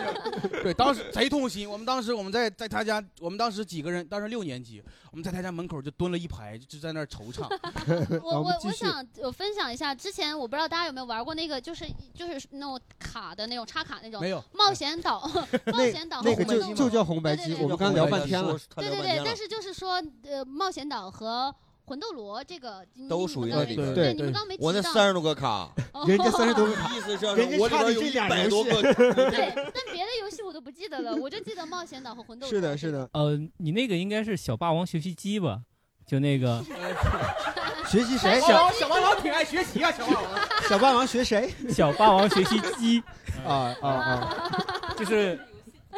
对，当时贼痛心。我们当时我们在在他家，我们当时几个人，当时六年级，我们在他家门口就蹲了一排，就在那儿惆 [laughs] 怅。啊我我我想我分享一下，之前我不知道大家有没有玩过那个，就是就是那种卡的那种插卡那种，没有哎冒险 [laughs] 岛，冒险岛那个和就梦就叫红白机，我们刚聊半天了。对对对，但是就是说，呃，冒险岛和魂斗罗这个你都属于你们刚那里没边。对，你们刚没提到。哦我那三十多个卡， [laughs] 人家30多个意思是，人家我里差边你有这一俩百游多戏 [laughs] 个。 [laughs] 对，但别的游戏我都不记得了，我就记得冒险岛和魂斗罗。的，是的。呃，你那个应该是小霸王学习机吧？就那个 [laughs] 学习哎谁哎小霸王小霸王挺爱学习啊，小霸王。 [laughs] 小霸王学谁？小霸王学习机 [laughs] 啊啊啊！ [laughs] 就是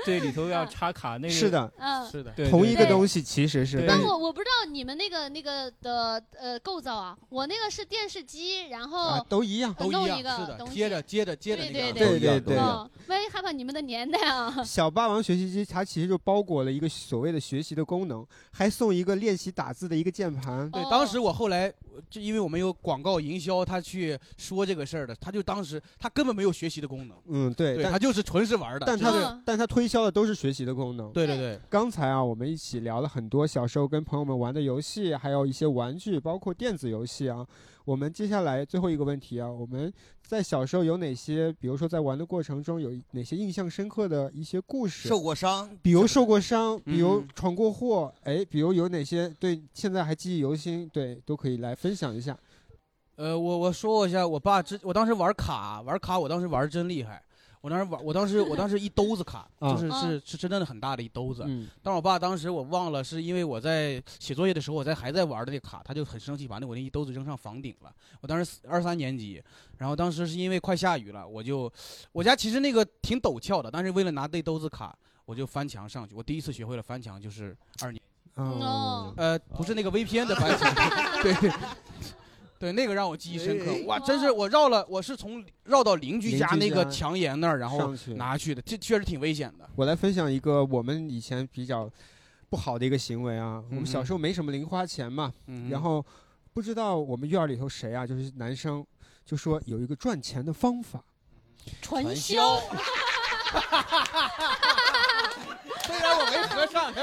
对里头要插卡那个。是的嗯是的对同一个对东西其实是，但但是我我不知道你们那个那个的呃构造啊，我那个是电视机，然啊后都一样，弄一个是的呃东，西接着接着接着对对那对个。对对嗯，万一害怕你们的年代啊。小霸王学习机它其实就包裹了一个所谓的学习的功能，还送一个练习打字的一个键盘。哦对，当时我后来呃就因为我们有广告营销，他去说这个事儿的，他就当时他根本没有学习的功能，嗯，对，对但他就是纯是玩的。但它就是的但它推销的都是学习的功能。对对对。刚才啊，我们一起聊了很多小时候跟朋友们玩的游戏，还有一些玩具，包括电子游戏啊。我们接下来最后一个问题啊，我们在小时候有哪些，比如说在玩的过程中有哪些印象深刻的一些故事？受过伤比如受过伤，比如嗯闯过祸，哎，比如有哪些对现在还记忆犹新，对，都可以来分享一下。呃，我我说一下，我爸之我当时玩卡玩卡，我当时玩真厉害。我当时玩，我当时我当时一兜子卡，啊就是是是真的很大的一兜子嗯。但我爸当时我忘了，是因为我在写作业的时候，我在还在玩的那卡，他就很生气，把那我那一兜子扔上房顶了。我当时二三年级，然后当时是因为快下雨了，我就我家其实那个挺陡峭的，但是为了拿那兜子卡，我就翻墙上去。我第一次学会了翻墙，就是二年级。哦呃，不是那个 VPN 的翻 [laughs] 墙，对对对，那个让我记忆深刻哎。哇，真是我绕了，我是从绕到邻居家邻居那家个墙沿那儿，然后上去拿去的，这确实挺危险的。我来分享一个我们以前比较不好的一个行为啊。我们小时候没什么零花钱嘛，嗯然后不知道我们院儿里头谁啊，就是男生就说有一个赚钱的方法，传销。 [laughs] [laughs] 虽然我没合上，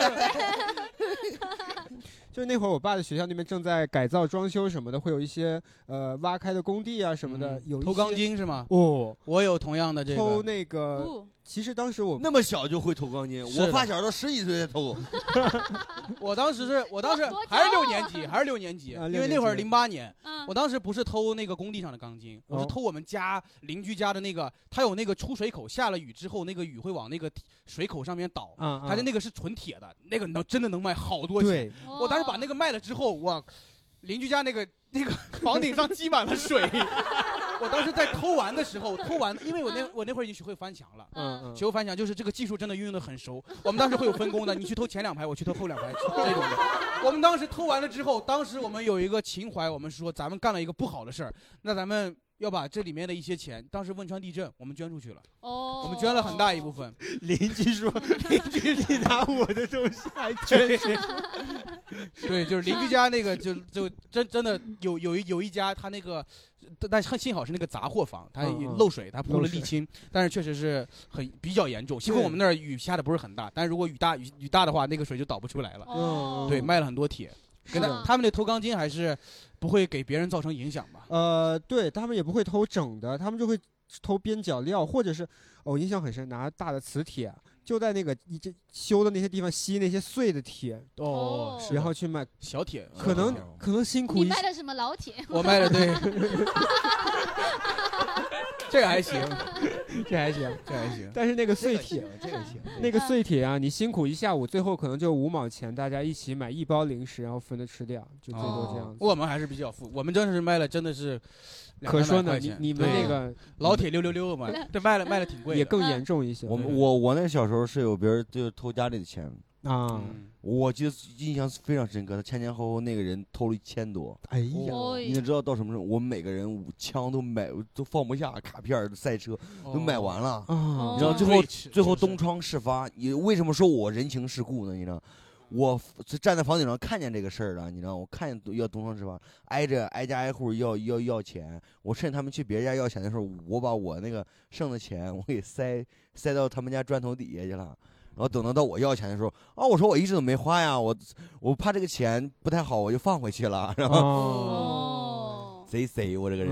就是那会儿我爸的学校那边正在改造装修什么的，会有一些呃挖开的工地啊什么的，有一嗯偷些钢筋是吗？哦，我有 [laughs] 同样的这偷个。那个。 [laughs] 其实当时我那么小就会偷钢筋，是的我发小都十几岁才偷。 [laughs] 我当时是我当时还是六年级，还是六年级，啊因六为年那会级儿零八年，我当时不是偷那个工地上的钢筋，我是哦偷我们家邻居家的那个，它有那个出水口，下了雨之后那个雨会往那个水口上面倒，啊嗯嗯它的那个是纯铁的，那个能真的能卖好多钱对。我当时把那个卖了之后，我邻居家那个那个房顶上积满了水。我当时在偷完的时候，偷完，因为我那我那会儿已经学会翻墙了，嗯嗯学会翻墙就是这个技术真的运用的很熟。我们当时会有分工的，你去偷前两排，我去偷后 [laughs] 两排这种的。我们当时偷完了之后，当时我们有一个情怀，我们说咱们干了一个不好的事儿，那咱们要把这里面的一些钱，当时汶川地震我们捐出去了，哦我们捐了很大一部分。邻居说，邻居你拿我的东西 [laughs] 还捐谁？ [laughs] 对，就是邻居家那个就，就真真的有有一有一家，他那个，但但幸好是那个杂货房，它嗯嗯漏水，它铺漏了水沥青，但是确实是很比较严重。幸亏对我们那儿雨下的不是很大，但是如果雨大雨雨大的话，那个水就导不出来了。哦对，卖了很多铁，跟是啊他的他们那偷钢筋还是不会给别人造成影响吧？呃，对他们也不会偷整的，他们就会偷边角料，或者是、哦我印象很深，拿大的磁铁就在那个一这修的那些地方吸那些碎的铁，哦是的然后去卖小铁可能可能辛苦你一卖些，的什么老 [laughs] 铁？我卖 [laughs] 了对，这个 [laughs] 还行，这还行，这还行。但是那个碎铁，这个行，那个碎铁啊，你辛苦一下午，最后可能就五毛钱，大家一起买一包零食，然后分着吃掉，就最多这样子。哦我们还是比较富，我们真是卖了，真的是两可说三百呢块你钱你们对那个老铁六六六嗯嘛，这卖了卖了挺贵的，也更严重一些。我们我我那小时候是有别人就是偷家里的钱，啊，我记得印象非常深刻，他前前后后那个人偷了一千多。哎呀哦你知道到什么时候？我每个人五枪都买都放不下，卡片儿赛车都买完了。哦你知道哦最后对是最后东窗事发，你为什么说我人情世故呢？你知道？我 f- 站在房顶上看见这个事儿了，你知道，我看见要东窗事发，挨着挨家挨户要要要钱。我趁他们去别人家要钱的时候，我把我那个剩的钱我给塞塞到他们家砖头底下去了。然后等到到我要钱的时候，啊，我说我一直都没花呀，我我怕这个钱不太好，我就放回去了。然后、哦贼贼，我这个人、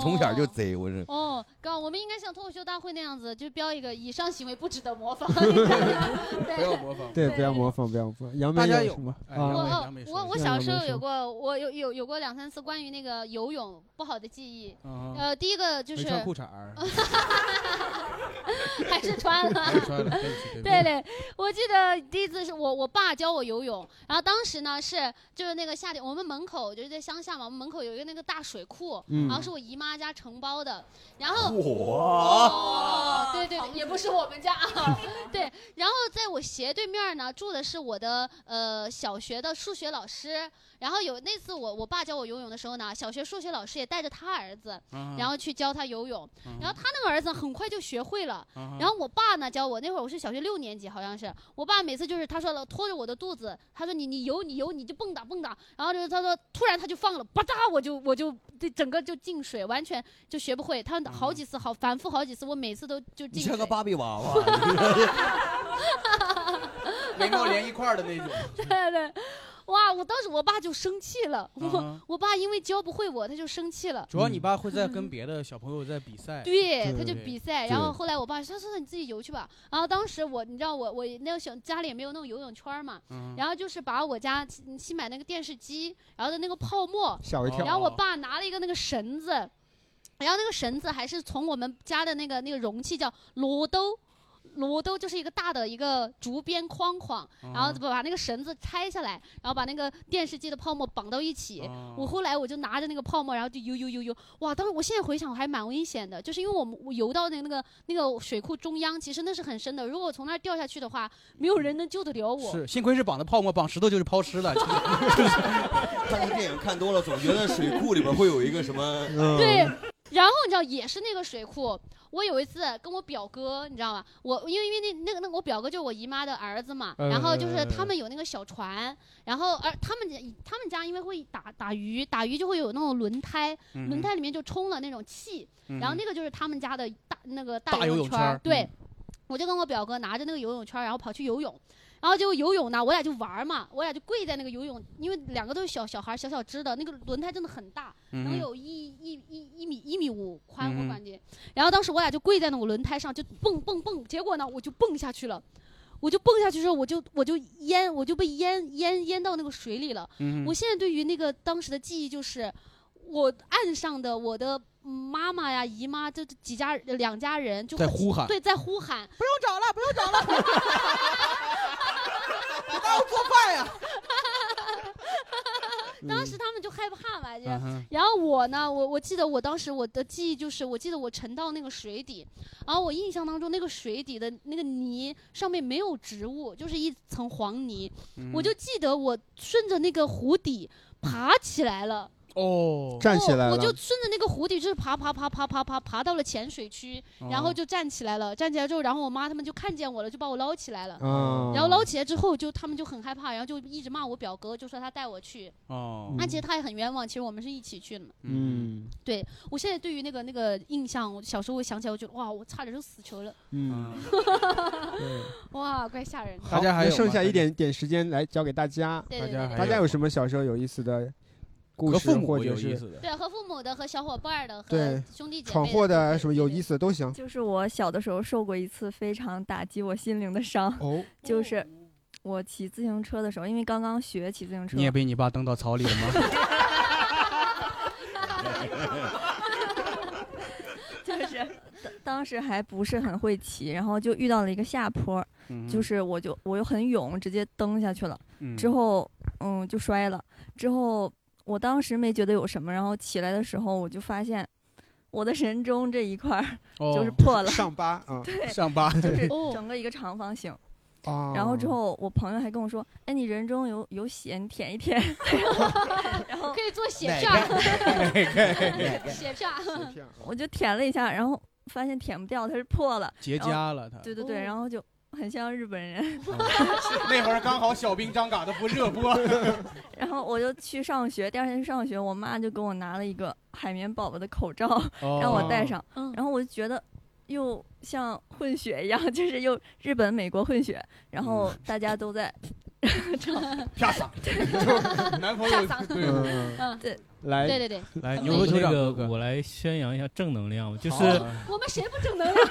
从小就贼，我这。哦，刚我们应该像脱口秀大会那样子，就标一个以上行为不值得模仿。对不要模仿对，不要模仿，不要模仿。杨梅大家有有什么？哎啊杨梅我杨梅说哦我我一下小杨时梅候有说过，我有有有过两三次关于那个游泳不好的记忆。嗯呃，第一个就没是穿裤衩 [laughs] 儿， [laughs] 还是穿了，还是穿了对不起对不起对对我记得第一次是我我爸教我游泳，然后当时呢是就是那个夏天，我们门口就是在乡下嘛，我们门口有一个那个大水库，嗯然后是我姨妈家承包的，然后哇哦对对，对也不是我们家啊， [laughs] 对，然后在我斜对面呢住的是我的呃小学的数学老师，然后有那次我我爸教我游泳的时候呢，小学数学老师也带着他儿子，嗯然后去教他游泳，然后他那个儿子很快就学会了，嗯然后我爸呢教我，那会儿我是小学六年级，好像是，我爸每次就是他说了拖着我的肚子，他说你你游你游你就蹦跶蹦跶，然后就是他说突然他就放了，吧嗒我就我就这整个就进水，完全就学不会，他好几次好反复好几次，我每次都就你进像水个。芭比娃娃，眉毛连一块儿的那种。 [laughs] 对对，哇！我当时我爸就生气了，我、我爸因为教不会我，他就生气了。主嗯要你爸会在跟别的小朋友在比赛，嗯对，他就比赛，然后后来来我爸说：“算了，你自己游去吧。”然后当时我，你知道我我那个小家里也没有那种游泳圈嘛，嗯然后就是把我家新新买那个电视机，然后的那个泡沫吓我一跳然后我爸拿了一个那个绳子，然后那个绳子还是从我们家的那个那个容器叫罗兜。罗兜就是一个大的一个竹编框框，然后嗯把那个绳子拆下来，然后把那个电视机的泡沫绑到一起。我后来我就拿着那个泡沫，然后就游游游游，哇！当时我现在回想我还蛮危险的，就是因为我们我游到那个那个那个水库中央，其实那是很深的，如果我从那儿掉下去的话，没有人能救得了我。是幸亏是绑的泡沫，绑石头就是抛尸了。 [laughs] 看那电影看多了，总觉得水库里边会有一个什么。嗯啊对，然后你知道也是那个水库，我有一次跟我表哥，你知道吗？我因为因为那那个那个我表哥就是我姨妈的儿子嘛，嗯然后就是他们有那个小船，然后而他们家他们家因为会打打鱼，打鱼就会有那种轮胎，嗯轮胎里面就充了那种气，然后嗯那个就是他们家的大那个大游游泳圈圈儿儿嗯对。我就跟我表哥拿着那个游泳圈儿，然后跑去游泳，然后就游泳呢，我俩就玩儿嘛，我俩就跪在那个游泳，因为两个都是小小孩儿，小小只的，那个轮胎真的很大，能嗯有一一一一米一米五宽，嗯我感觉。然后当时我俩就跪在那个轮胎上，就蹦蹦蹦，结果呢，我就蹦下去了。我就蹦下去之后，我就我就淹，我就被淹淹淹到那个水里了。嗯我现在对于那个当时的记忆就是，我岸上的我的妈妈呀、姨妈，这这几家两家人就在会呼喊对，在呼喊，不用找了，不用找了， [laughs] 你帮我做饭呀！当时他们就害怕嘛，就嗯哼然后我呢，我我记得我当时我的记忆就是，我记得我沉到那个水底，然后我印象当中那个水底的那个泥上面没有植物，就是一层黄泥，嗯我就记得我顺着那个湖底爬起来了。哦，站起来我就了顺着那个湖底，就是爬爬爬爬爬爬爬到了浅水区，然后哦就站起来了。站起来之后，然后我妈他们就看见我了，就把我捞起来嗯了。哦嗯然后捞起来之后，就他们就很害怕，然后就一直骂我表哥，就说他带我去。哦那其实他也很冤枉，其实我们是一起去的嘛。嗯对我现在对于那个那个印象，我小时候我想起来，我觉得哇，我差点就死球了，嗯， [laughs] 哇，怪吓人的。好那 [laughs] 剩下一点点时间来交给大家，啊对对对大家还有大家有什么小时候有意思的故和事父母或者有意是思的 [laughs] 对，和父母的、和小伙伴的、和对兄弟姐妹的闯祸的什么有意思的都行。就是我小的时候受过一次非常打击我心灵的伤，哦、就是我骑自行车的时候，因为刚刚学骑自行车，你也被你爸蹬到草里了吗？就是当当时还不是很会骑，然后就遇到了一个下坡，嗯就是我就我又很勇，直接蹬下去了，嗯之后嗯就摔了，之后我当时没觉得有什么，然后起来的时候我就发现我的人中这一块儿哦就是破了， [laughs] 上疤啊对，上疤就是哦整个一个长方形。哦然后之后我朋友还跟我说，哎，你人中有有血，你舔一舔。 [laughs] 可以做血哪票个哪，个血票，我就舔了一下，然后发现舔不掉，它是破了，结然后痂了它对对对，然后就很像日本人。 [laughs] 那会儿刚好小兵张嘎的不热播， [laughs] 然后我就去上学，第二天去上学，我妈就给我拿了一个海绵宝宝的口罩，哦让我戴上。然后我就觉得又像混血一样， [laughs] 就是又日本、美国混血，然嗯后大家都在 [laughs] 吵。啪嗓，男朋友对嗯嗯对来对对对，来，很你美们丽这个我来宣扬一下正能量，就是啊我们谁不正能量？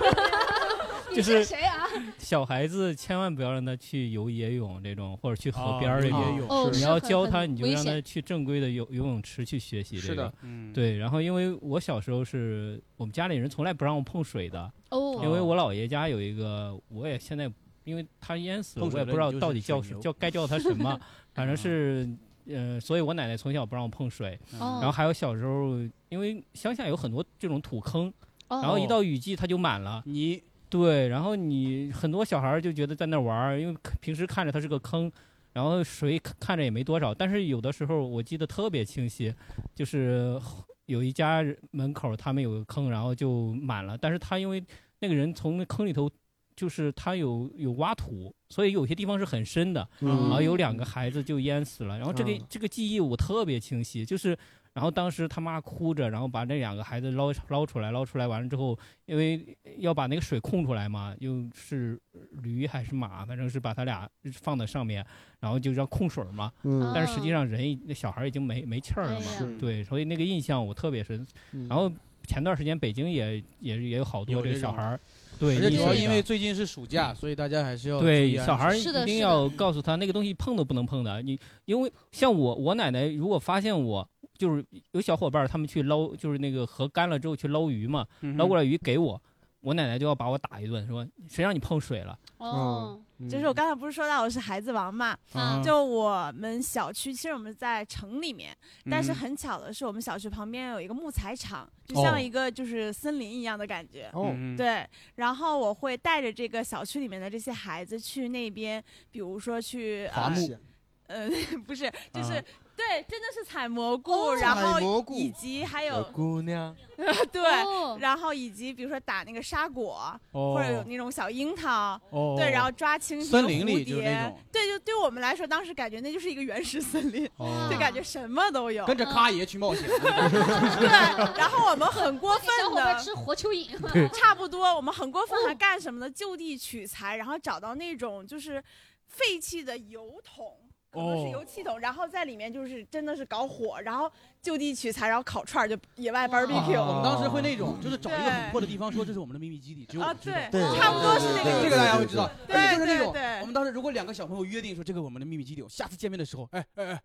你就是是谁啊？小孩子千万不要让他去游野泳这种，或者去河边儿的啊游游泳泳。是你要教哦是他，很你就危让他险去正规的游游泳池去学习这个。是的嗯对。然后因为我小时候是我们家里人从来不让我碰水的，哦因为我姥爷家有一个，我也现在因为他淹死了，碰我水也了不知道你就是到底叫水什牛叫该叫他什 [laughs] 么，反正是。呃，所以我奶奶从小不让我碰水，哦然后还有小时候，因为乡下有很多这种土坑，哦然后一到雨季它就满了，你对，然后你很多小孩儿就觉得在那玩儿，因为看平时看着它是个坑，然后水看看着也没多少，但是有的时候我记得特别清晰，就是后有一家人门口他们有个坑，然后就满了，但是他因为那个人从那坑里头。就是他有有挖土，所以有些地方是很深的，嗯然后有两个孩子就淹死了。然后这个、嗯这个记忆我特别清晰，就是然后当时他妈哭着，然后把那两个孩子捞捞出来，捞出来完了之后，因为要把那个水空出来嘛，又是驴还是马，反正是把他俩放在上面，然后就让控水嘛。嗯但是实际上人已那小孩已经没没气儿了嘛哎呀，是对，所以那个印象我特别深。嗯然后前段时间北京也也也有好多 [laughs] 有这个这小种孩儿， [laughs] 对，而且溺主要水因的为最近是暑假，所以大家还是要对注意安小孩儿全一定要嗯告诉他那个东西碰都不能碰的。你因为像我，我奶奶如果发现我就是有小伙伴儿他们去捞，就是那个河干了之后去捞鱼嘛，嗯哼捞过来鱼给我，我奶奶就要把我打一顿，说谁让你碰水了。哦，嗯嗯就是我刚才不是说到我是孩子王嘛？啊嗯就我们小区，其实我们在城里面，但是嗯很巧的是，我们小区旁边有一个木材厂，就哦像一个就是森林一样的感觉。哦嗯对。然后我会带着这个小区里面的这些孩子去那边，比如说去伐木呃， [laughs] 呃不是，就是、啊对，真的是采蘑菇，哦然后采蘑菇呃以及还有小呃姑娘， [laughs] 对，哦然后以及比如说打那个沙果，哦或者有那种小樱桃，哦对，然后抓蜻蜓、森林里蝴就是那蝶种，对，就对我们来说，当时感觉那就是一个原始森林，哦 [laughs] 就感觉什么都有。跟着咖爷去冒险。对，然后我们很过我分给小伙的伴吃活蚯 [laughs] 哦对蚓 [laughs] 差不多，我们很过分还干什么呢？就地取材，然后找到那种就是废弃的油桶。可能哦是油气桶，然后在里面就是真的是搞火，然后就地取材，然后烤串儿，就野外 barbecue。啊我们当时会那种，就是找一个很对破的地方，说这是我们的秘密基地，只有我啊们知道对对差不多是那个意思这个大家会知道。对而且就是那种对对，我们当时如果两个小朋友约定说这个我们的秘密基地，我下次见面的时候，哎哎哎。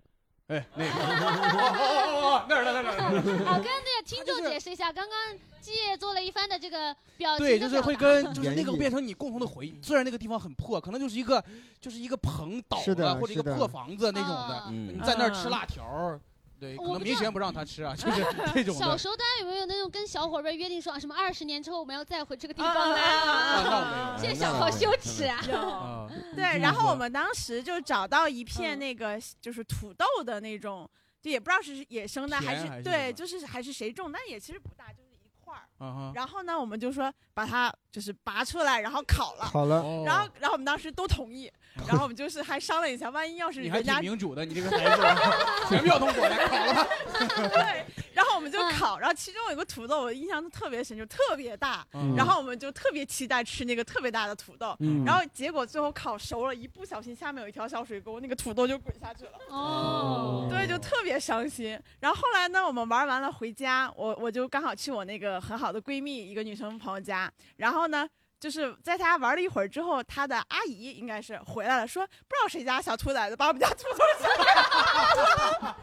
哎，那 [laughs] 个，哦哦哦哦，那儿那儿那儿那好，儿跟那个听众解释一下，刚刚季夜做了一番的这个表情对，的就是表会达跟就是那演个绎变成你共同的回忆。虽然那个地方很破，可能就是一个就是一个棚倒是的了或者一是个的嗯破房子那种的，你在那儿嗯吃辣条儿，对，可我能不明知显不让他吃 [laughs] 啊，就是这种的。小时候大家有没有那种跟小伙伴约定说啊什么二十年之后我们要再回这个地方来啊啊啊啊啊？啊这小好羞耻啊！啊对，然后我们当时就找到一片那嗯个就是土豆的那种，就也不知道是野生的还田还是是什对，么就是还是谁种，但也其实不大，就是一块儿。啊然后呢，我们就说把它就是拔出来，然后烤了。好了哦然后，然后我们当时都 [laughs] 同意，然后我们就是还商量一下，万一要是你还人挺家民主的，你这个孩子， [laughs] 全票通过来考了 [laughs] 他。然后我们就烤，然后其中有一个土豆，我印象特别深，就特别大，嗯然后我们就特别期待吃那个特别大的土豆，嗯然后结果最后烤熟了，一不小心下面有一条小水沟，那个土豆就滚下去了，哦对，就特别伤心。然后后来呢，我们玩完了回家，我我就刚好去我那个很好的闺蜜一个女生朋友家，然后呢。就是在她玩了一会儿之后，她的阿姨应该是回来了，说不知道谁家小兔崽子把我们家土豆吃了。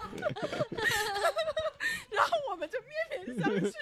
[laughs] 然后我们就面面相觑。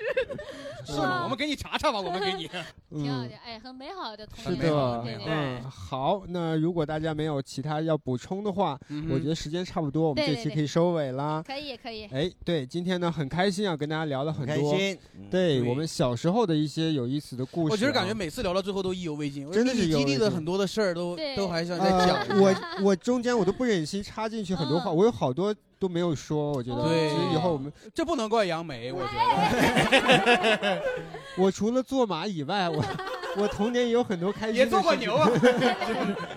是吗？我们给你查查吧，我们 [laughs] 给你。嗯挺好的，哎，很美好的童是年，的，对对嗯，好，那如果大家没有其他要补充的话，嗯我觉得时间差不多，我们对这对期对可以收尾啦。可以可以。哎，对，今天呢很开心啊，跟大家聊了很很多，开心嗯对对我们小时候的一些有意思的故事啊、我其实感觉每次聊到最后都意犹未尽，真的是你意犹经历未了尽很多的事儿，都都还想再讲呃一下。我我中间我都不忍心插进去很多嗯话，我有好多都没有说，我觉得。对其实以后我们这不能怪杨梅，我觉得我除了做马以外，我我童年也有很多开心。[laughs] 也做过牛啊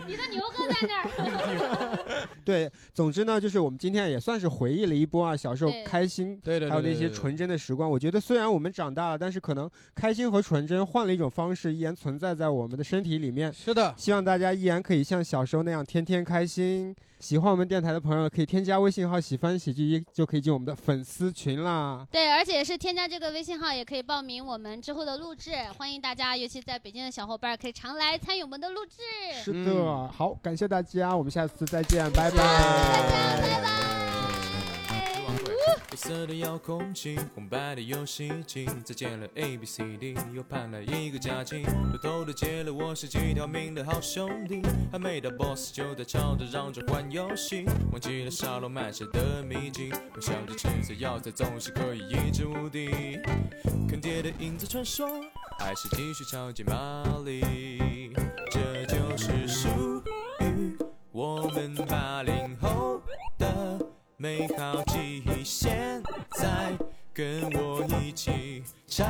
你的牛哥在那儿。 [laughs] 对，总之呢，就是我们今天也算是回忆了一波啊，小时候对开心，对对还有对那对些对纯真的时光。我觉得虽然我们长大了，但是可能开心和纯真换了一种方式，依然存在在我们的身体里面。是的，希望大家依然可以像小时候那样天天开心。喜欢我们电台的朋友可以添加微信号“喜欢喜剧一”，就可以进我们的粉丝群啦。对，而且是添加这个微信号，也可以报名我们之后的录制。欢迎大家，尤其在北京的小伙伴儿，可以常来参与我们的录制。是的，好，感谢大家，我们下次再见，拜拜。黑色的遥控器，红白的游戏机，再借了 A B C D，又盼来一个假期，偷偷的借了我十几条命的好兄弟，还没到 boss 就在吵着嚷着玩游戏，忘记了沙漏卖下的秘籍，我想着吃着药材总是可以一直无敌，坑爹的影子传说，还是继续超级玛丽，这就是属于我们八零后的。美好记忆，现在跟我一起唱。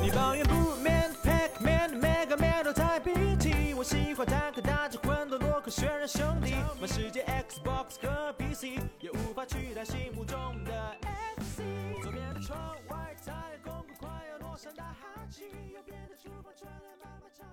你抱怨不眠，Pac Man、Mega Man 都太逼体。我喜欢坦克、大战、魂斗罗和血染兄弟，满世界 Xbox 和 PC 也无法取代心目中的 FC。左边的窗外，太阳公公快要落山打哈欠，右边的厨房传来妈妈唱。